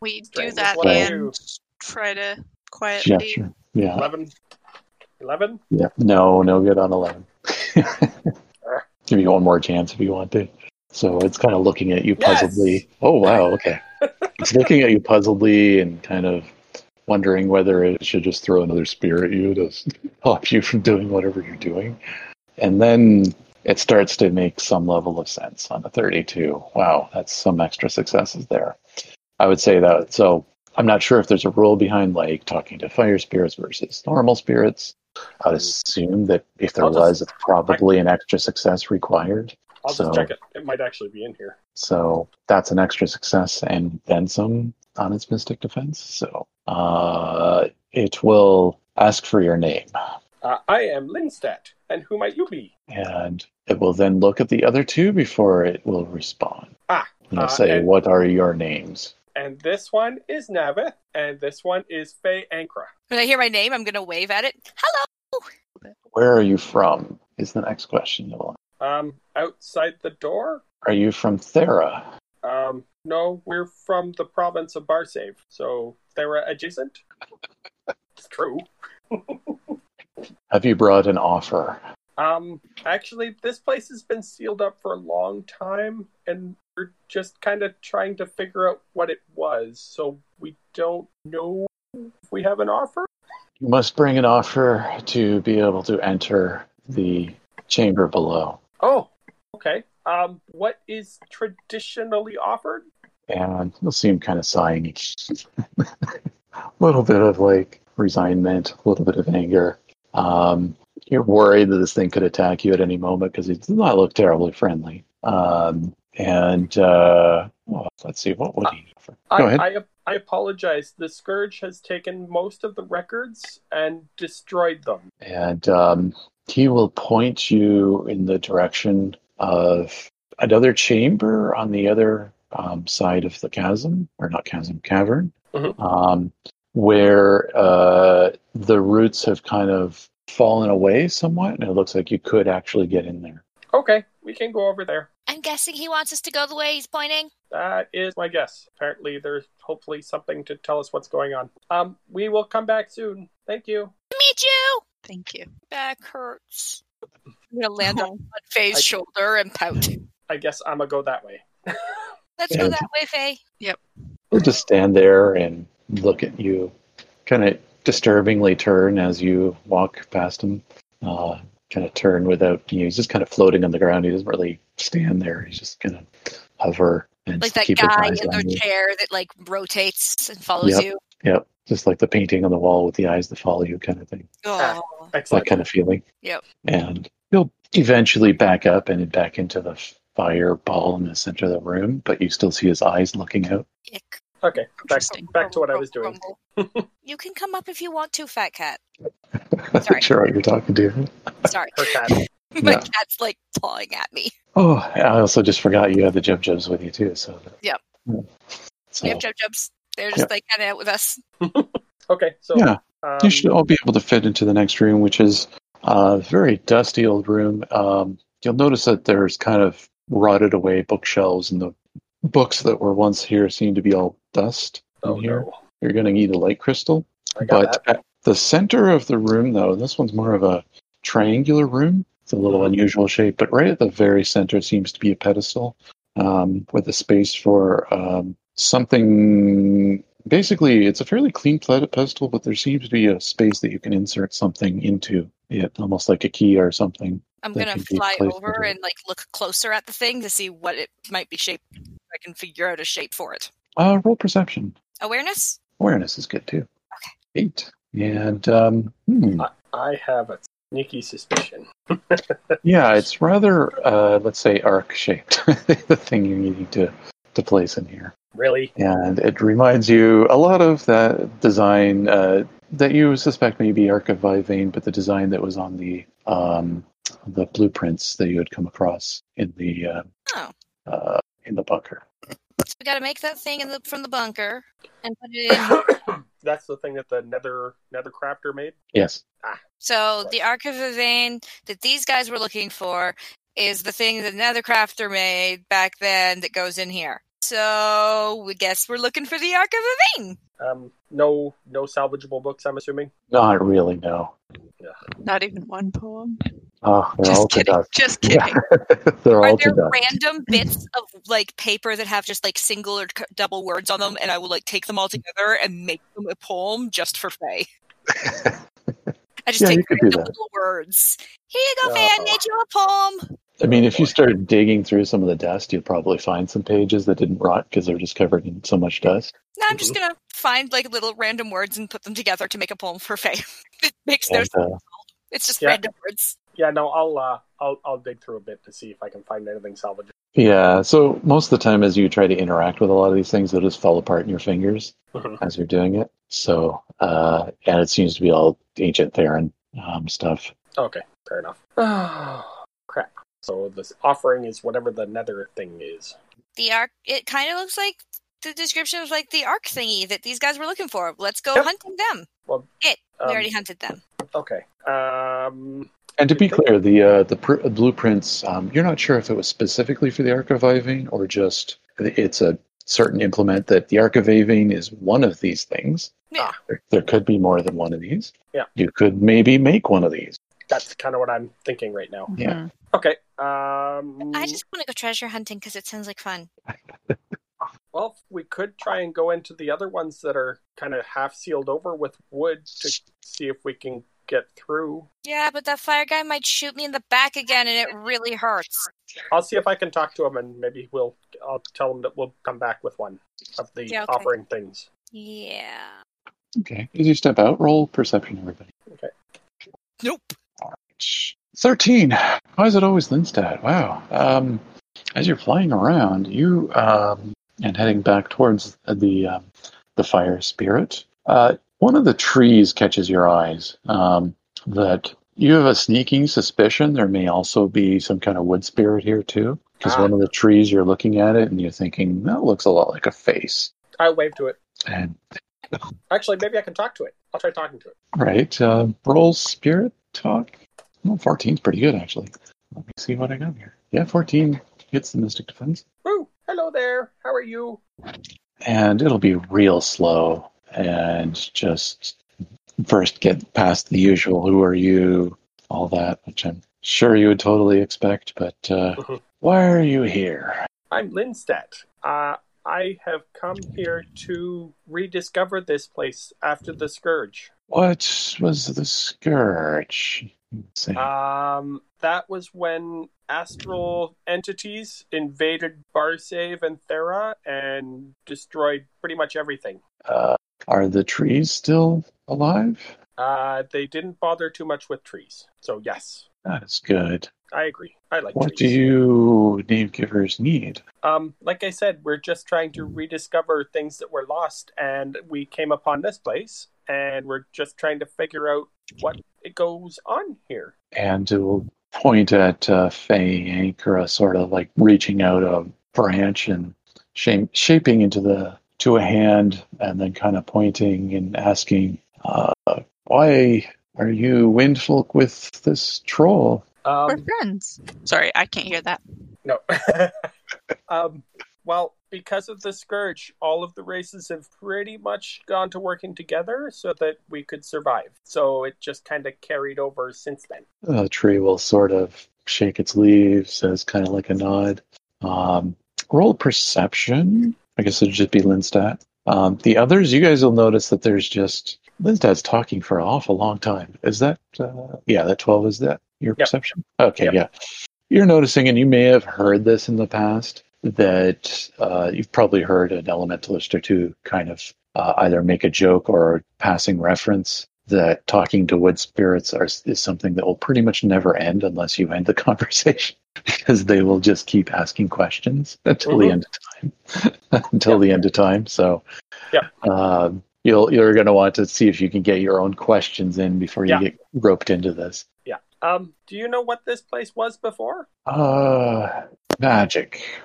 We do
Strange,
that
what
I
and
do.
try to
yeah,
quietly
sure. Yeah,
Eleven. Eleven.
Yeah. No, no good on 11. Give you one more chance if you want to. So it's kind of looking at you
Yes!
puzzledly. Oh, wow. Okay. it's looking at you puzzledly and kind of wondering whether it should just throw another spear at you to stop you from doing whatever you're doing. And then it starts to make some level of sense on the 32. Wow, that's some extra successes there. I would say that. So I'm not sure if there's a rule behind like talking to fire spirits versus normal spirits. I'd assume that if there
I'll just-
was, it's probably an extra success required.
I'll
So-
just check it. It might actually be in here.
So that's an extra success and then some on its mystic defense. So uh, it will ask for your name
Uh, I am Lindstedt, and who might you be?
and it will then look at the other two before it will respond.
Ah,
and it'll
uh,
say,
and-
What are your names?
And this one is Navith, and this one is Faye Ankra.
When I hear my name, I'm going to wave at it. Hello.
Where are you from? Is the next question. it will ask.
Um, outside the door.
Are you from Thera?
Um, no, we're from the province of Barsave, so they're adjacent. it's true.
Have you brought an offer?
Um, actually, this place has been sealed up for a long time, and we're just kind of trying to figure out what it was. So we don't know if we have an offer.
You must bring an offer to be able to enter the chamber below.
Oh, okay. Um, what is traditionally offered?
and you'll see him kind of sighing. a little bit of like resignment, a little bit of anger. Um, you're worried that this thing could attack you at any moment because it does not look terribly friendly. Um, and uh, well, let's see, what would he offer?
I,
Go ahead.
I, I apologize. The Scourge has taken most of the records and destroyed them.
and um, he will point you in the direction of another chamber on the other um, side of the chasm, or not chasm, cavern,
Mhm.
um, where uh, the roots have kind of fallen away somewhat, and it looks like you could actually get in there.
Okay, we can go over there.
I'm guessing he wants us to go the way he's pointing.
That is my guess. Apparently, there's hopefully something to tell us what's going on. Um, we will come back soon. Thank you.
Meet you.
Thank you.
Back hurts. I'm going to land
No.
on Faye's
I-
shoulder and pout.
I guess I'm gonna go that way.
Let's
Yeah.
go that way, Faye.
He'll just stand there and look at you, kind of disturbingly turn as you walk past him. Uh, kind of turn without you. Know, he's just kind of floating on the ground. He doesn't really stand there. He's just kind of hover and
Like that
keep his
guy
eyes
in
on
the
you.
chair that like rotates and follows
Yep.
you.
Yep, just like the painting on the wall with the eyes that follow you, kind of thing.
Oh.
That
Excellent.
kind of feeling.
Yep.
And he'll eventually back up and back into the fireball in the center of the room, but you still see his eyes looking out.
Ick.
Okay, back,
Interesting.
back to what I was doing.
Rumble. you can come up if you want to, fat cat.
I'm
Sorry.
not sure what you're talking to.
Sorry.
Her cat.
My
Yeah.
cat's like pawing at me.
Oh, I also just forgot you had the Jub Jubs with you too. So
Yep.
So,
Yep, jump, jumps. They're just like kind of out with us.
Okay, so
yeah,
um,
you should all be able to fit into the next room, which is a very dusty old room. Um, you'll notice that there's kind of rotted away bookshelves, and the books that were once here seem to be all dust in
oh,
here.
no.
You're going to need a light crystal.
I got
But at the center of the room, though, this one's more of a triangular room. It's a little
Mhm.
unusual shape, but right at the very center seems to be a pedestal um, with a space for um, something. Basically, it's a fairly clean ped- pedestal, but there seems to be a space that you can insert something into it, almost like a key or something.
I'm
That
gonna
can be
fly
played for
over
the-
and like look closer at the thing to see what it might be shaped. I can figure out a shape for it.
Uh, roll perception.
Awareness.
Awareness is good too. Okay. Eight. And um, hmm.
that. I have a sneaky suspicion.
Yeah, it's rather, uh, let's say, arc shaped, the thing you're needing to, to place in here.
Really?
And it reminds you a lot of that design uh, that you suspect may be Arc of Vivane, but the design that was on the um, the blueprints that you had come across in the uh,
Oh.
uh, in the bunker.
We gotta make that thing in the, from the bunker and put it in.
That's the thing that the Nether Nether Crafter made.
Yes.
So the Ark of Vivane that these guys were looking for is the thing that Nethercrafter made back then that goes in here. So we guess we're looking for the Ark of Vivane.
Um, no, no salvageable books. I'm assuming.
Not really, no.
Not even one poem.
Oh, they're all
Just
to
kidding.
dust.
Just kidding.
Yeah. they're
Are
all
there
to dust.
random bits of like paper that have just like single or c- double words on them, and I will like take them all together and make them a poem just for Faye. I just
Yeah, you
take
could do
random
that.
little words. Here you go, Faye. I
Oh.
made you a poem.
I mean, if you start digging through some of the dust, you'll probably find some pages that didn't rot because they're just covered in so much dust.
Now I'm just
Mm-hmm.
gonna find like little random words and put them together to make a poem for Faye. it makes no
And,
sense.
uh,
It's just
Yeah.
random words.
Yeah, no, I'll uh, I'll I'll dig through a bit to see if I can find anything salvageable.
Yeah, so most of the time, as you try to interact with a lot of these things, they'll just fall apart in your fingers
Mhm.
as you're doing it. So, uh, and it seems to be all ancient Theron um, stuff.
Okay, fair enough. crap. So this offering is whatever the nether thing is.
The arc. It kind of looks like the description was like the arc thingy that these guys were looking for. Let's go
Yep.
hunting them.
Um,
we already hunted them.
Okay. Um,
And to be clear, the uh, the pr- blueprints, um, you're not sure if it was specifically for the archiviving or just it's a certain implement that the archiviving is one of these things.
Yeah.
There, there could be more than one of these.
Yeah.
You could maybe make one of these.
that's kind of what I'm thinking right now.
Yeah.
Mhm.
Okay. Um,
I just want to go treasure hunting because it sounds like fun.
well, we could try and go into the other ones that are kind of half sealed over with wood to see if we can get through.
Yeah, but that fire guy might shoot me in the back again, and it really hurts.
I'll see if I can talk to him, and maybe we'll. I'll tell him that we'll come back with one of the
Yeah, okay.
offering things.
Yeah.
Okay. As you step out, roll perception, everybody.
Nope.
13. Why is it always Linstad? Wow. Um, as you're flying around, you um, and heading back towards the um, the fire spirit, uh, one of the trees catches your eyes. Um, that you have a sneaking suspicion there may also be some kind of wood spirit here too. Because
Ah.
one of the trees, you're looking at it and you're thinking that looks a lot like a face.
I wave to it.
And
Actually, maybe I can talk to it. I'll try talking to it.
Right. Uh, roll spirit talk. Well, 14's pretty good, actually. Let me see what I got here. Yeah, 14 hits the Mystic Defense.
Woo! Hello there. How are you?
And it'll be real slow and just first get past the usual who are you, all that, which I'm sure you would totally expect, but uh,
Mhm.
why are you here?
I'm Lindstat. Uh, I have come here to rediscover this place after the scourge.
What was the scourge? Let's see.
Um, that was when astral entities invaded Barsave and Thera and destroyed pretty much everything.
Uh, are the trees still alive?
Uh, they didn't bother too much with trees. So yes,
That is good.
I agree. I like
What do
trees.
you name givers need?
Um, like I said, we're just trying to rediscover things that were lost, and we came upon this place, and we're just trying to figure out what it goes on here.
And it will point at uh, Faye Ankara, sort of like reaching out a branch and shame, shaping into the to a hand, and then kind of pointing and asking, uh, "Why are you windfolk with this troll?"
We're
Um,
friends. Sorry, I can't hear that.
no. um, well, because of the scourge, all of the races have pretty much gone to working together so that we could survive. So it just kind of carried over since then.
The tree will sort of shake its leaves as kind of like a nod. Um, roll perception. I guess it'd just be Linstat. Um, the others, you guys will notice that there's just Linstat's talking for an awful long time. Is that uh, yeah? That twelve is that your
Yep.
perception? Okay,
Yep.
yeah. You're noticing, and you may have heard this in the past. That uh, you've probably heard an elementalist or two kind of uh, either make a joke or passing reference that talking to wood spirits are, is something that will pretty much never end unless you end the conversation because they will just keep asking questions until the
Mhm.
end of time until the end of time so
Yeah.
um, you'll you're going to want to see if you can get your own questions in before you
Yeah.
get roped into this
Um, do you know what this place was before?
uh magic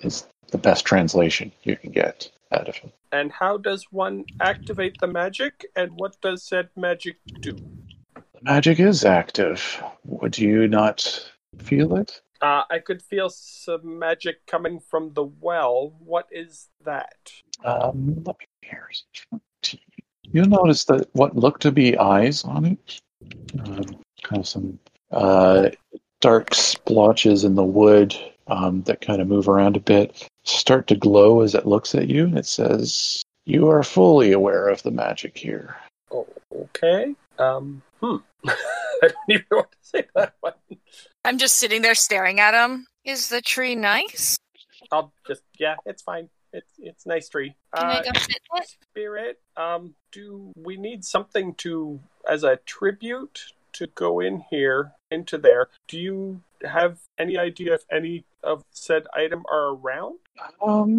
is the best translation you can get out of it
And how does one activate the magic? And what does said magic do?
magic is active would you not feel it
Uh, I could feel some magic coming from the well. What is that?
Um, let me here's- You notice that what looked to be eyes on it, um, kind of some uh, dark splotches in the wood um, that kind of move around a bit, start to glow as it looks at you, and it says, "You are fully aware of the magic here."
Oh, okay. Um, hmm. I don't even know what to say to that one.
I'm just sitting there staring at him. Is the tree nice?
I'll just yeah, it's fine. It's it's nice tree.
Can I
Uh,
go sit there?
spirit, um, do we need something to as a tribute to go in here into there? Do you have any idea if any of said item are around?
Um,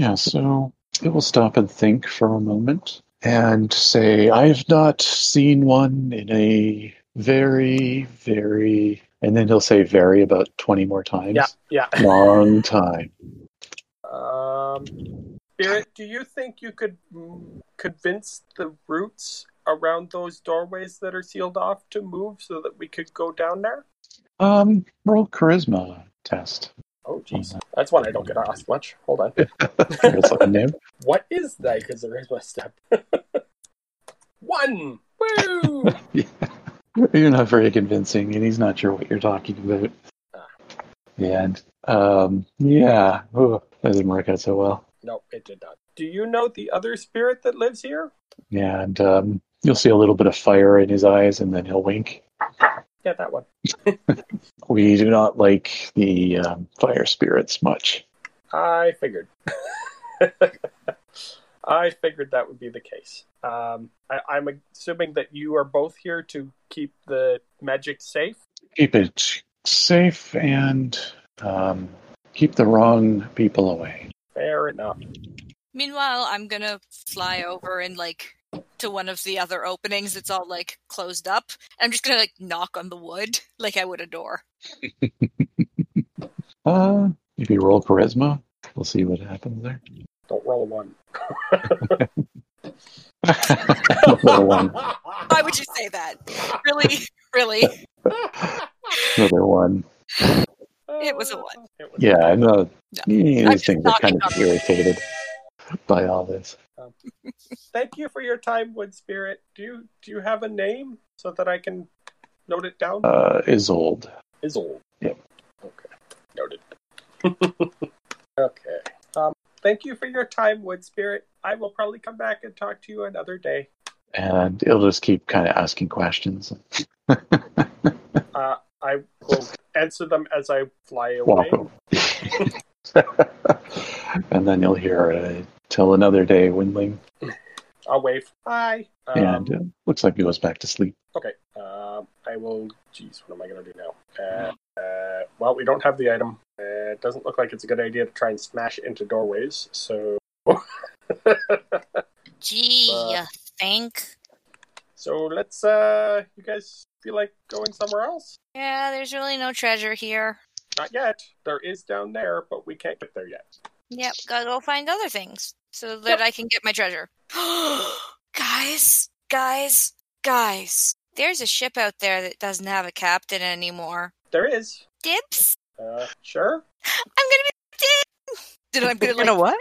yeah, so it will stop and think for a moment and say, I've not seen one in a very, very, and then he'll say very about 20 more times.
Yeah, yeah.
Long time.
Um, Spirit, do you think you could mm, convince the roots around those doorways that are sealed off to move so that we could go down there?
Um, roll charisma test.
Oh, jeez. That's one I don't get asked much. Hold on.
It's like, no.
What is that? Because there is my step. one! Woo!
You're not very convincing, and he's not sure what you're talking about. And, um, yeah, Ooh, that didn't work out so well.
no, it did not. Do you know the other spirit that lives here?
and um, you'll see a little bit of fire in his eyes, and then he'll wink.
Yeah, that one.
We do not like the um, fire spirits much.
I figured. I figured that would be the case. Um, I, I'm assuming that you are both here to keep the magic safe.
Keep it safe and um, keep the wrong people away.
Fair enough.
Meanwhile, I'm gonna fly over and like to one of the other openings that's all like closed up. I'm just gonna like knock on the wood like I would a door.
Uh, if you roll charisma, we'll see what happens there.
Don't roll a one.
another one,
Why would you say that? Really, really?
another one.
It was a one.
It was a
Yeah, I know.
Yeah. I'm
These
just
things are kind
knocking
of
on-
irritated by all this.
Thank you for your time, Wood Spirit. Do you do you have a name so that I can note it down?
Uh, is old.
Izzle.
Yep.
Okay. Noted. okay. Um, thank you for your time, Wood Spirit. I will probably come back and talk to you another day.
and it'll just keep kind of asking questions,
Uh, I will answer them as I fly away.
walk over. and then you'll hear uh, till another day windling,
I'll wave. Hi. Um,
and uh, looks like he goes back to sleep.
Okay. Um, I will. Jeez, what am I going to do now? Uh, uh, well, we don't have the item. Uh, it doesn't look like it's a good idea to try and smash into doorways. So,
Gee,
Uh,
you think?
so let's. Uh, you guys feel like going somewhere else?
Yeah, there's really no treasure here.
Not yet. There is down there, but we can't get there yet.
Yep, gotta go find other things so that I can get my treasure. guys, guys, guys. There's a ship out there that doesn't have a captain anymore.
There is.
Dibs?
Uh, sure.
I'm gonna be
Did I'm gonna
You
like
know what?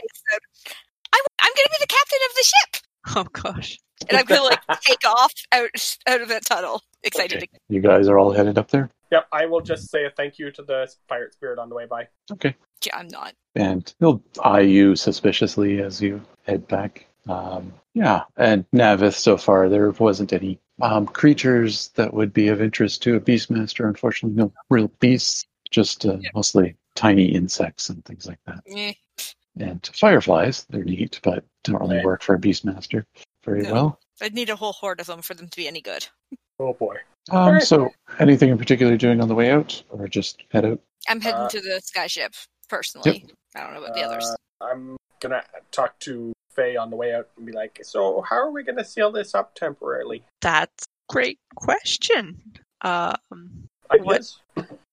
I, am gonna be the captain of the ship.
Oh gosh.
and I'm gonna like take off out out of that tunnel. Excited.
Okay. You guys are all headed up there,
Yep. I will just say a thank you to the pirate spirit on the way by.
okay?
Yeah, I'm not.
And he'll eye you suspiciously as you head back. Um, yeah, and Navith, so far there wasn't any um, creatures that would be of interest to a beastmaster. Unfortunately, no real beasts, just uh, mostly tiny insects and things like that.
Eh.
and fireflies. They're neat, but don't really
Right.
work for a beastmaster very
No.
well.
I'd need a whole horde of them for them to be any good.
Oh boy.
Um,
Right.
So, anything in particular you're doing on the way out, or just head out?
I'm heading
Uh,
to the skyship personally. I don't know about the others.
Uh, I'm gonna talk to Faye on the way out and be like, "So, how are we gonna seal this up temporarily?"
That's a great question. Um, What?
Ideas?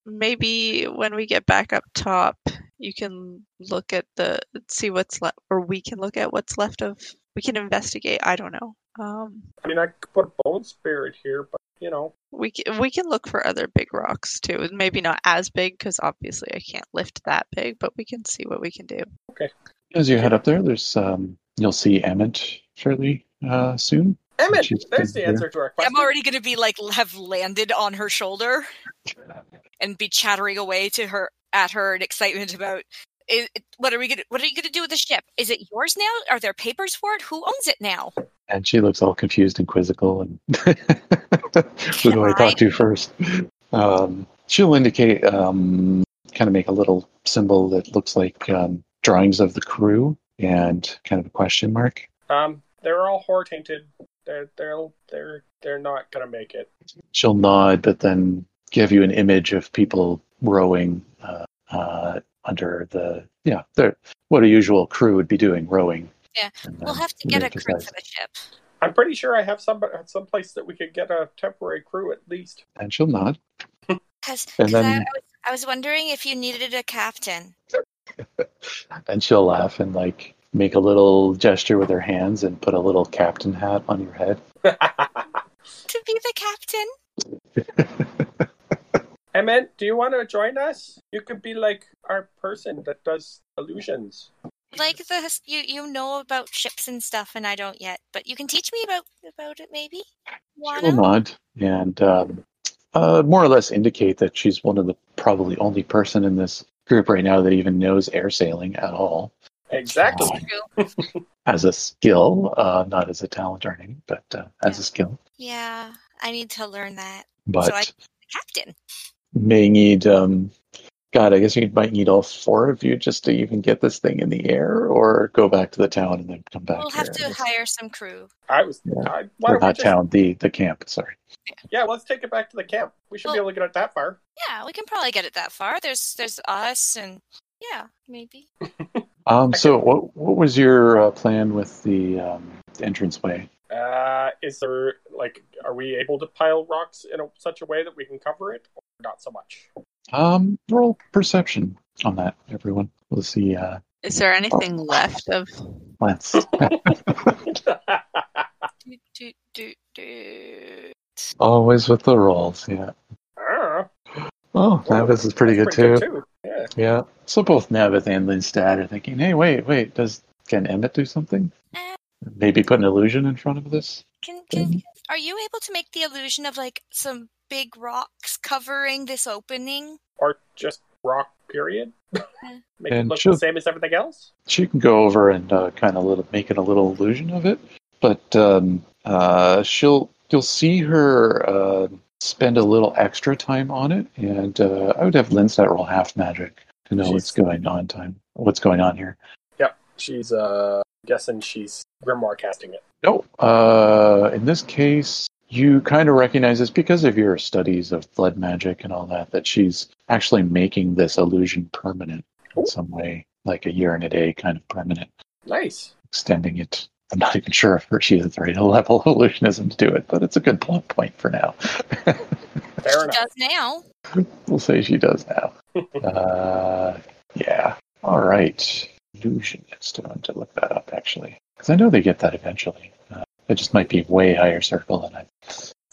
maybe when we get back up top, you can look at the see what's left, or we can look at what's left of. We can investigate. I don't know. Um,
I mean, I could put a bone spirit here, but you know,
We can, we can look for other big rocks too. Maybe not as big because obviously I can't lift that big, but we can see what we can do.
As you head up there, there's um, you'll see Emmett shortly uh, soon.
Emmett,
She's
there's
good
the
here.
answer to our question.
I'm already going to be like have landed on her shoulder and be chattering away to her at her in excitement about i i- what are we going to what are you going to do with the ship? Is it yours now? Are there papers for it? Who owns it now?
And she looks all confused and quizzical and who do I talk to first? Um, she'll indicate, um, kind of make a little symbol that looks like um, drawings of the crew and kind of a question mark.
Um, they're all whore tainted. They're they're they're they're not gonna make it.
She'll nod, but then give you an image of people rowing uh, uh, under the, yeah, they're- what a usual crew would be doing, rowing.
Yeah,
And
We'll
then
have to get
they
a crew
decide.
for the ship.
I'm pretty sure I have some some place that we could get a temporary crew at least.
And she'll nod.
Because
And
I, I,
then,
was, I was wondering if you needed a captain.
and she'll laugh and like make a little gesture with her hands and put a little captain hat on your head.
To be the captain?
Emmett, do you want to join us? You could be like our person that does illusions.
Like the his- you you know about ships and stuff, and I don't yet. But you can teach me about about it, maybe.
She will
Wanna?
nod and um, uh, more or less indicate that she's one of the probably only person in this group right now that even knows air sailing at all
Exactly.
True.
as a skill, uh, not as a talent or anything, but uh, as a skill.
Yeah, I need to learn that.
But
I- Captain.
may need, um, God, I guess you might need all four of you just to even get this thing in the air, or go back to the town and then come back.
We'll have
here.
to hire some crew.
I was.
Yeah.
I,
Well,
why don't we
not
just,
town, the the camp. Sorry.
Yeah, let's take it back to the camp. We should be
Well-
able to get it that far.
Yeah, we can probably get it that far. There's there's us and yeah, maybe.
Um, so, what what was your uh, plan with the um, entranceway?
Uh, is there like, are we able to pile rocks in a, such a way that we can cover it, or not so much?
Um, roll perception on that, everyone. We'll see. Uh,
Is there anything
Oh.
left of?
Lance.
Do, do, do, do.
Always with the rolls. Yeah.
Ah,
Oh, Navis is pretty good
that's
too.
Yeah.
Yeah. So both Navith and Lindstad are thinking, "Hey, wait, wait. Does can Emmett do something?
Uh.
Maybe put an illusion in front of this?
Can can
thing?"
are you able to make the illusion of like some big rocks covering this opening?
Or just rock. Period.
Yeah.
Make it
And
look
should-
the same as everything else.
she can go over and uh, kind of little make it a little illusion of it, but um, uh, she'll you'll see her uh, spend a little extra time on it, and uh, I would have Linstat roll half magic to know what's
Jeez.
going on time what's going on here.
She's uh guessing she's grimoire casting it.
No, uh, in this case, you kind of recognize this because of your studies of blood magic and all that. That she's actually making this illusion permanent in some way, like a year and a day kind of permanent.
Nice.
extending it. I'm not even sure if her- she has the right level of illusionism to do it, but it's a good plot point for now.
Fair
She
enough.
does now.
we'll say she does now. uh, yeah. All right. Illusionist. I want to look that up actually, because I know they get that eventually. Uh, it just might be way higher circle than I.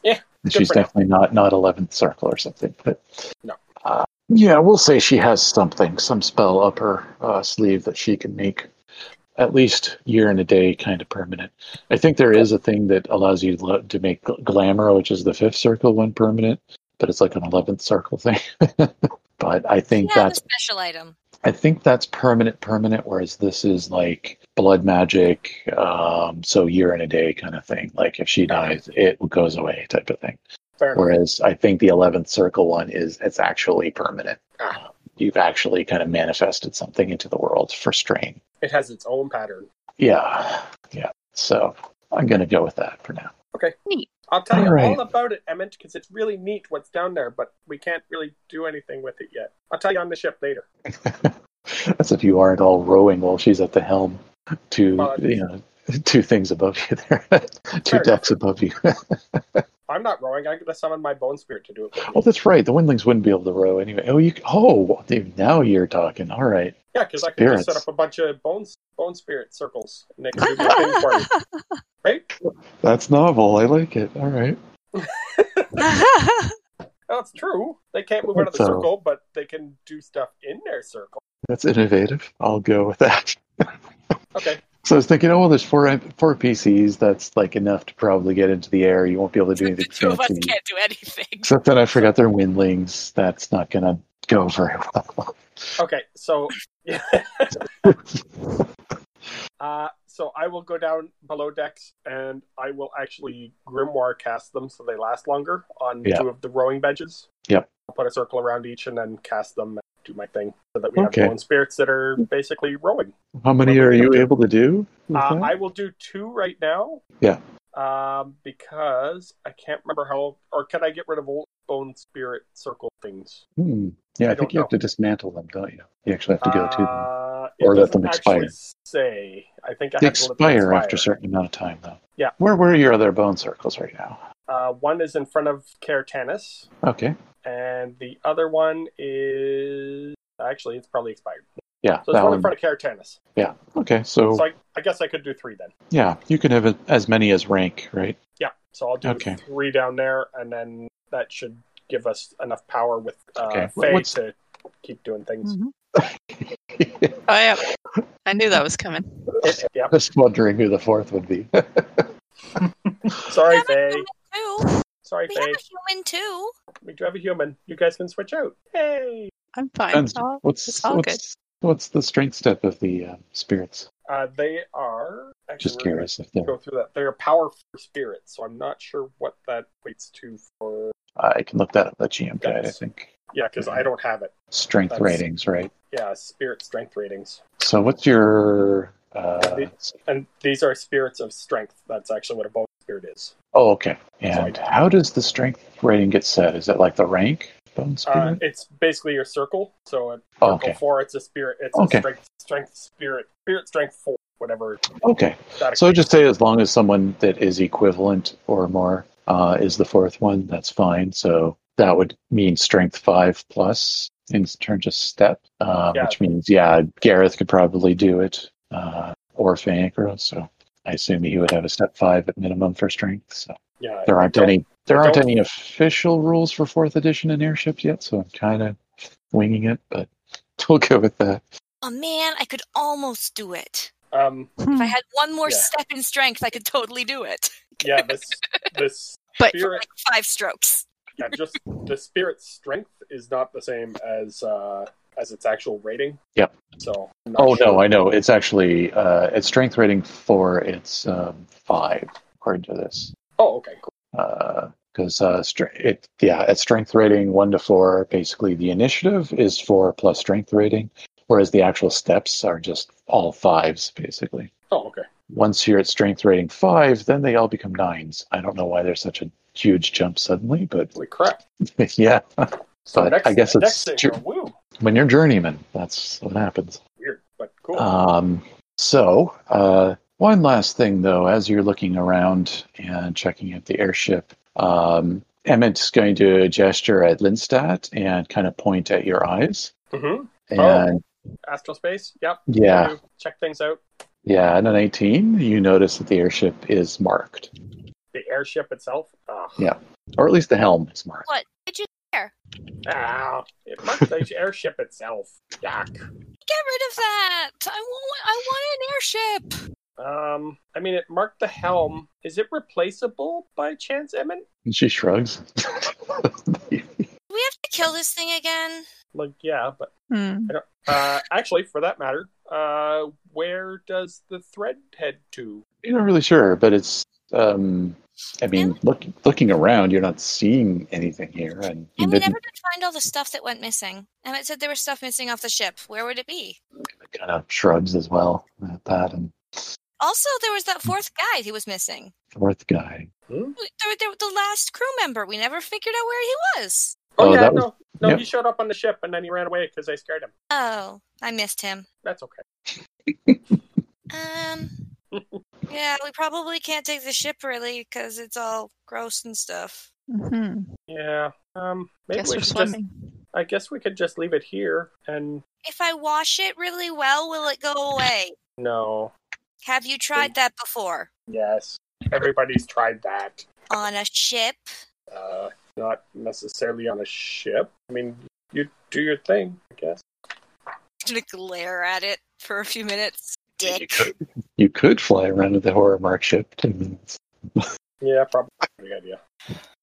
Yeah,
And
good
she's
for now.
definitely not not eleventh circle or something, but
No.
Uh, yeah, we'll say she has something, some spell up her uh, sleeve that she can make at least year and a day kind of permanent. I think there is a thing that allows you to lo- to make gl- glamour, which is the fifth circle one permanent, but it's like an eleventh circle thing. but I think
yeah,
that's
a special item.
I think that's permanent, permanent. Whereas this is like blood magic, um, so year and a day kind of thing. Like if she dies, it goes away type of thing.
Fair enough.
Whereas I think the eleventh circle one is it's actually permanent. Um,
Ah.
You've actually kind of manifested something into the world for strain.
It has its own pattern.
Yeah, yeah. So I'm gonna go with that for now.
I'll tell you
All right.
all about it, Emmett, because it's really neat what's down there, but we can't really do anything with it yet. I'll tell you on the ship later.
That's if you aren't all rowing while she's at the helm. Two,
Well,
you know, two things above you there, two
enough.
decks above you.
I'm not rowing. I'm going to summon my bone spirit to do it.
Oh, that's right. The windlings wouldn't be able to row anyway. Oh, you. Oh, dude, now you're talking. All right.
Yeah, because I can just set
Spirits.
up a bunch of bone, bone spirit circles and they can do the thing for me. Right?
That's novel. I like it. All right.
That's true. They can't move out of the
So-
circle, but they can do stuff in their circle.
That's innovative. I'll go with that.
Okay.
So I was thinking, oh well, there's four four PCs. That's like enough to probably get into the air. You won't be able to do
the
anything
two of us
fancy.
can't do anything.
Except that I forgot they're windlings. That's not gonna go very well.
Okay. So, uh, so I will go down below decks, and I will actually grimoire cast them so they last longer on
Yeah.
two of the rowing benches.
Yep.
I'll put a circle around each, and then cast them. and Do my thing so that we
Okay.
have lone spirits that are basically rowing.
How many are you able to do? with
Uh,
Um,
that?
I will do two right now.
Yeah.
Um, because I can't remember how, or can I get rid of old bone spirit circle things?
Hmm. Yeah, I,
I
think
don't
you
know.
have to dismantle them, don't you? You actually have to go to them.
Uh,
Or
it
let them
doesn't actually
expire.
Say, I think I
They
have to let them
expire after a certain amount of time, though.
Yeah.
Where were your other bone circles right now?
Uh, one is in front of Caratanis,
Okay.
and the other one is actually it's probably expired.
Yeah,
So it's
that
one
one. Oh.
in front of Caratanis.
Okay, so,
So I, I guess I could do three then.
yeah, you can have as many as rank, right?
Yeah, so I'll do
Okay.
three down there, and then that should give us enough power with uh,
Okay.
Faye
What's-
to keep doing things.
Oh yeah, I knew that was coming.
It- yeah,
Just wondering who the fourth would be.
sorry,
We have a
Faye.
human too.
Sorry,
We have
Faye.
a human too.
We do have a human. You guys can switch out. Hey,
I'm fine.
Depends.
I'll-
What's
it's all good.
what's, what's the strength step of the uh, spirits?
uh, they are actually
Just
we're gonna
curious if they're.
Go through that. They're a powerful spirit, so I'm not sure what that equates to for.
I can look that up. The GM guide, I
Yes.
think.
Yeah, because I don't have it.
Strength
That's-
ratings, right?
Yeah, spirit strength ratings,
So what's your? Uh,
and these are spirits of strength. That's actually what a bone spirit is.
oh, okay. And how does the strength rating get set? Is it like the rank? Bone
Uh,
spirit?
it's basically your circle. So at
Oh,
circle
okay.
four, it's a spirit. It's
Okay.
a strength, strength, spirit, spirit strength four, whatever.
okay.
That
So just say as long as someone that is equivalent or more uh, is the fourth one, that's fine. So that would mean strength five plus in terms of step, uh,
Yeah.
which means yeah, Gareth could probably do it uh, or Fancro. So I assume he would have a step five at minimum for strength. So
yeah,
there aren't any there aren't
don't-
any official rules for fourth edition in airships yet. So I'm kind of winging it, but we'll go with that.
Oh man, I could almost do it.
Um,
If I
Hmm.
had one more
Yeah.
step in strength, I could totally do it.
yeah, this this
But
For
spirit,
like five strokes.
yeah, just the spirit strength is not the same as uh as its actual rating.
Yep.
So. I'm not
Oh
sure.
no, I know. It's actually uh, it's strength rating four. It's um, five according to this.
Oh, okay, cool.
Because uh, stre- it yeah, at strength rating one to four, basically the initiative is four plus strength rating, whereas the actual steps are just all fives basically.
Oh, okay.
Once you're at strength rating five, then they all become nines. I don't know why there's such a huge jump suddenly, but
Holy crap!
yeah,
So
But
next,
I guess
next
it's
thing,
ju-
woo,
when you're journeyman, that's what happens.
weird, but cool.
Um, so, uh, one last thing though, as you're looking around and checking out the airship, um, Emmett's going to gesture at Lindstadt and kind of point at your eyes.
hmm
And
Astral space. Yep.
yeah,
We'll Check things out.
yeah, and an 18, you notice that the airship is marked,
The airship itself. Ah.
or at least the helm is marked.
What? Did you
Ah, it marked the airship itself. Yuck.
get rid of that? I want I want an airship.
Um, I mean, it marked the helm. Is it replaceable by chance, Emmett?
And she shrugs.
Do we have to kill this thing again?
Like, yeah, but
Hmm.
uh, actually, for that matter, uh, where does the thread head to?
you're not really sure, but it's, um, I mean, look, looking around, you're not seeing anything here. And you
And we
didn't-
never could find all the stuff that went missing. And it said there was stuff missing off the ship. Where would it be?
kind of shrugs as well at that and
Also, there was
Hmm.
that fourth guy who was missing.
fourth guy.
We- There, there, the last crew member. We never figured out where he was.
Oh,
Oh,
yeah,
that
no,
was-
no,
yep.
he showed up on the ship and then he ran away because I scared him.
Oh, I missed him.
That's okay.
Um, yeah, we probably can't take the ship really because it's all gross and stuff.
Mhm.
Yeah. Um. Maybe
Guess
we
we're
should
swimming.
just. I guess we could just leave it here and
If I wash it really well, will it go away?
no.
Have you tried that before?
Yes. Everybody's tried that.
on a ship.
Uh, not necessarily on a ship. I mean, you do your thing, I guess.
I'm gonna glare at it for a few minutes.
Dick.
You could, you could fly around with the horror mark ship. I mean, it's-
Yeah, probably a good idea.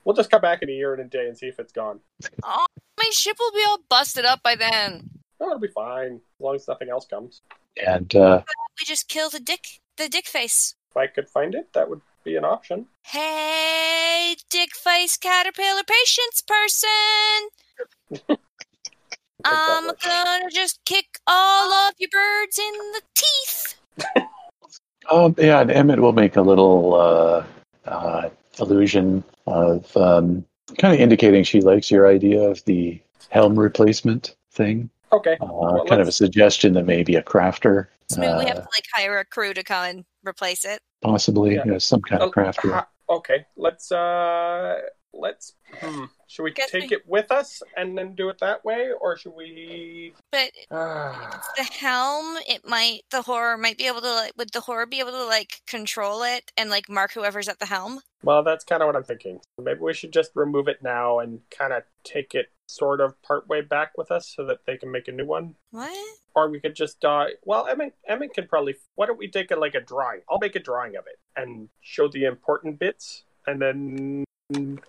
We'll just come back in a year and a day and see if it's gone.
Oh, my ship will be all busted up by then.
Oh, it'll be fine as long as nothing else comes.
And uh,
We just killed the dick, the dick face.
If I could find it, that would be an option.
Hey, dick face caterpillar patience person.
I think that
I'm
works.
gonna just kick all of your birds in the teeth.
oh yeah, and Emmett will make a little uh, uh, allusion of um, kind of indicating she likes your idea of the helm replacement thing.
Okay.
Uh,
Well,
kind of a
let's-
suggestion that maybe a crafter,
So maybe we have
Uh.
to like hire a crew to come and replace it.
possibly
Yeah.
you know, some kind of
Oh,
crafter.
ha- okay, let's uh let's hmm. should we
Guess
take
we-
it with us and then do it that way or should we
But
Ah,
the helm, it might the horror might be able to like would the horror be able to like control it and like mark whoever's at the helm?
Well, that's kind of what I'm thinking. Maybe we should just remove it now and kind of take it sort of part way back with us so that they can make a new one.
What?
Or we could just die. Well, Emmett, Emmett can probably. Why don't we take a, like a drawing? I'll make a drawing of it and show the important bits, and then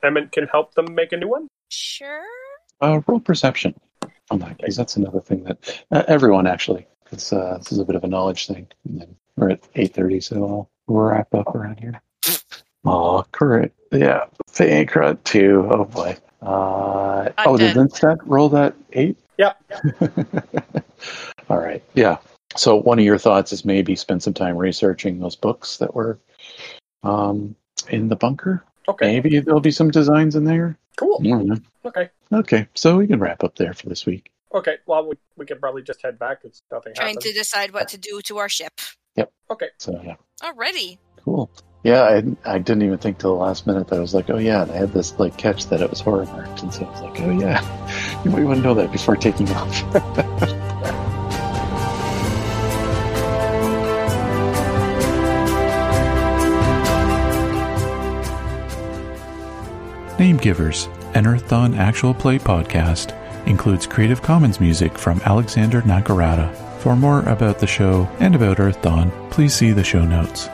Emmett can help them make a new one.
Sure.
Uh, roll perception on that because that's another thing that uh, everyone actually. It's uh, this is a bit of a knowledge thing. And then we're at eight thirty, so I'll wrap up around here. Aw, correct. Yeah, thank you too. Oh boy. Uh,
I'm
oh, did
dead.
Vince that roll that eight?
Yep.
All right. Yeah. So one of your thoughts is maybe spend some time researching those books that were um, in the bunker.
Okay.
Maybe there'll be some designs in there.
Cool.
I don't know.
Okay.
Okay, so we can wrap up there for this week.
Okay. Well, we, we could probably just head back. It's nothing
Trying
happened.
to decide what to do to our ship.
Okay.
So yeah,
Already.
cool. Yeah, I, I didn't even think till the last minute that I was like, oh yeah, and I had this like catch that it was horror marked, and so I was like, oh yeah, you might want to know that before taking off.
Name Givers, an Earthdawn actual play podcast, includes Creative Commons music from Alexander Nakarada. For more about the show and about Earthdawn, please see the show notes.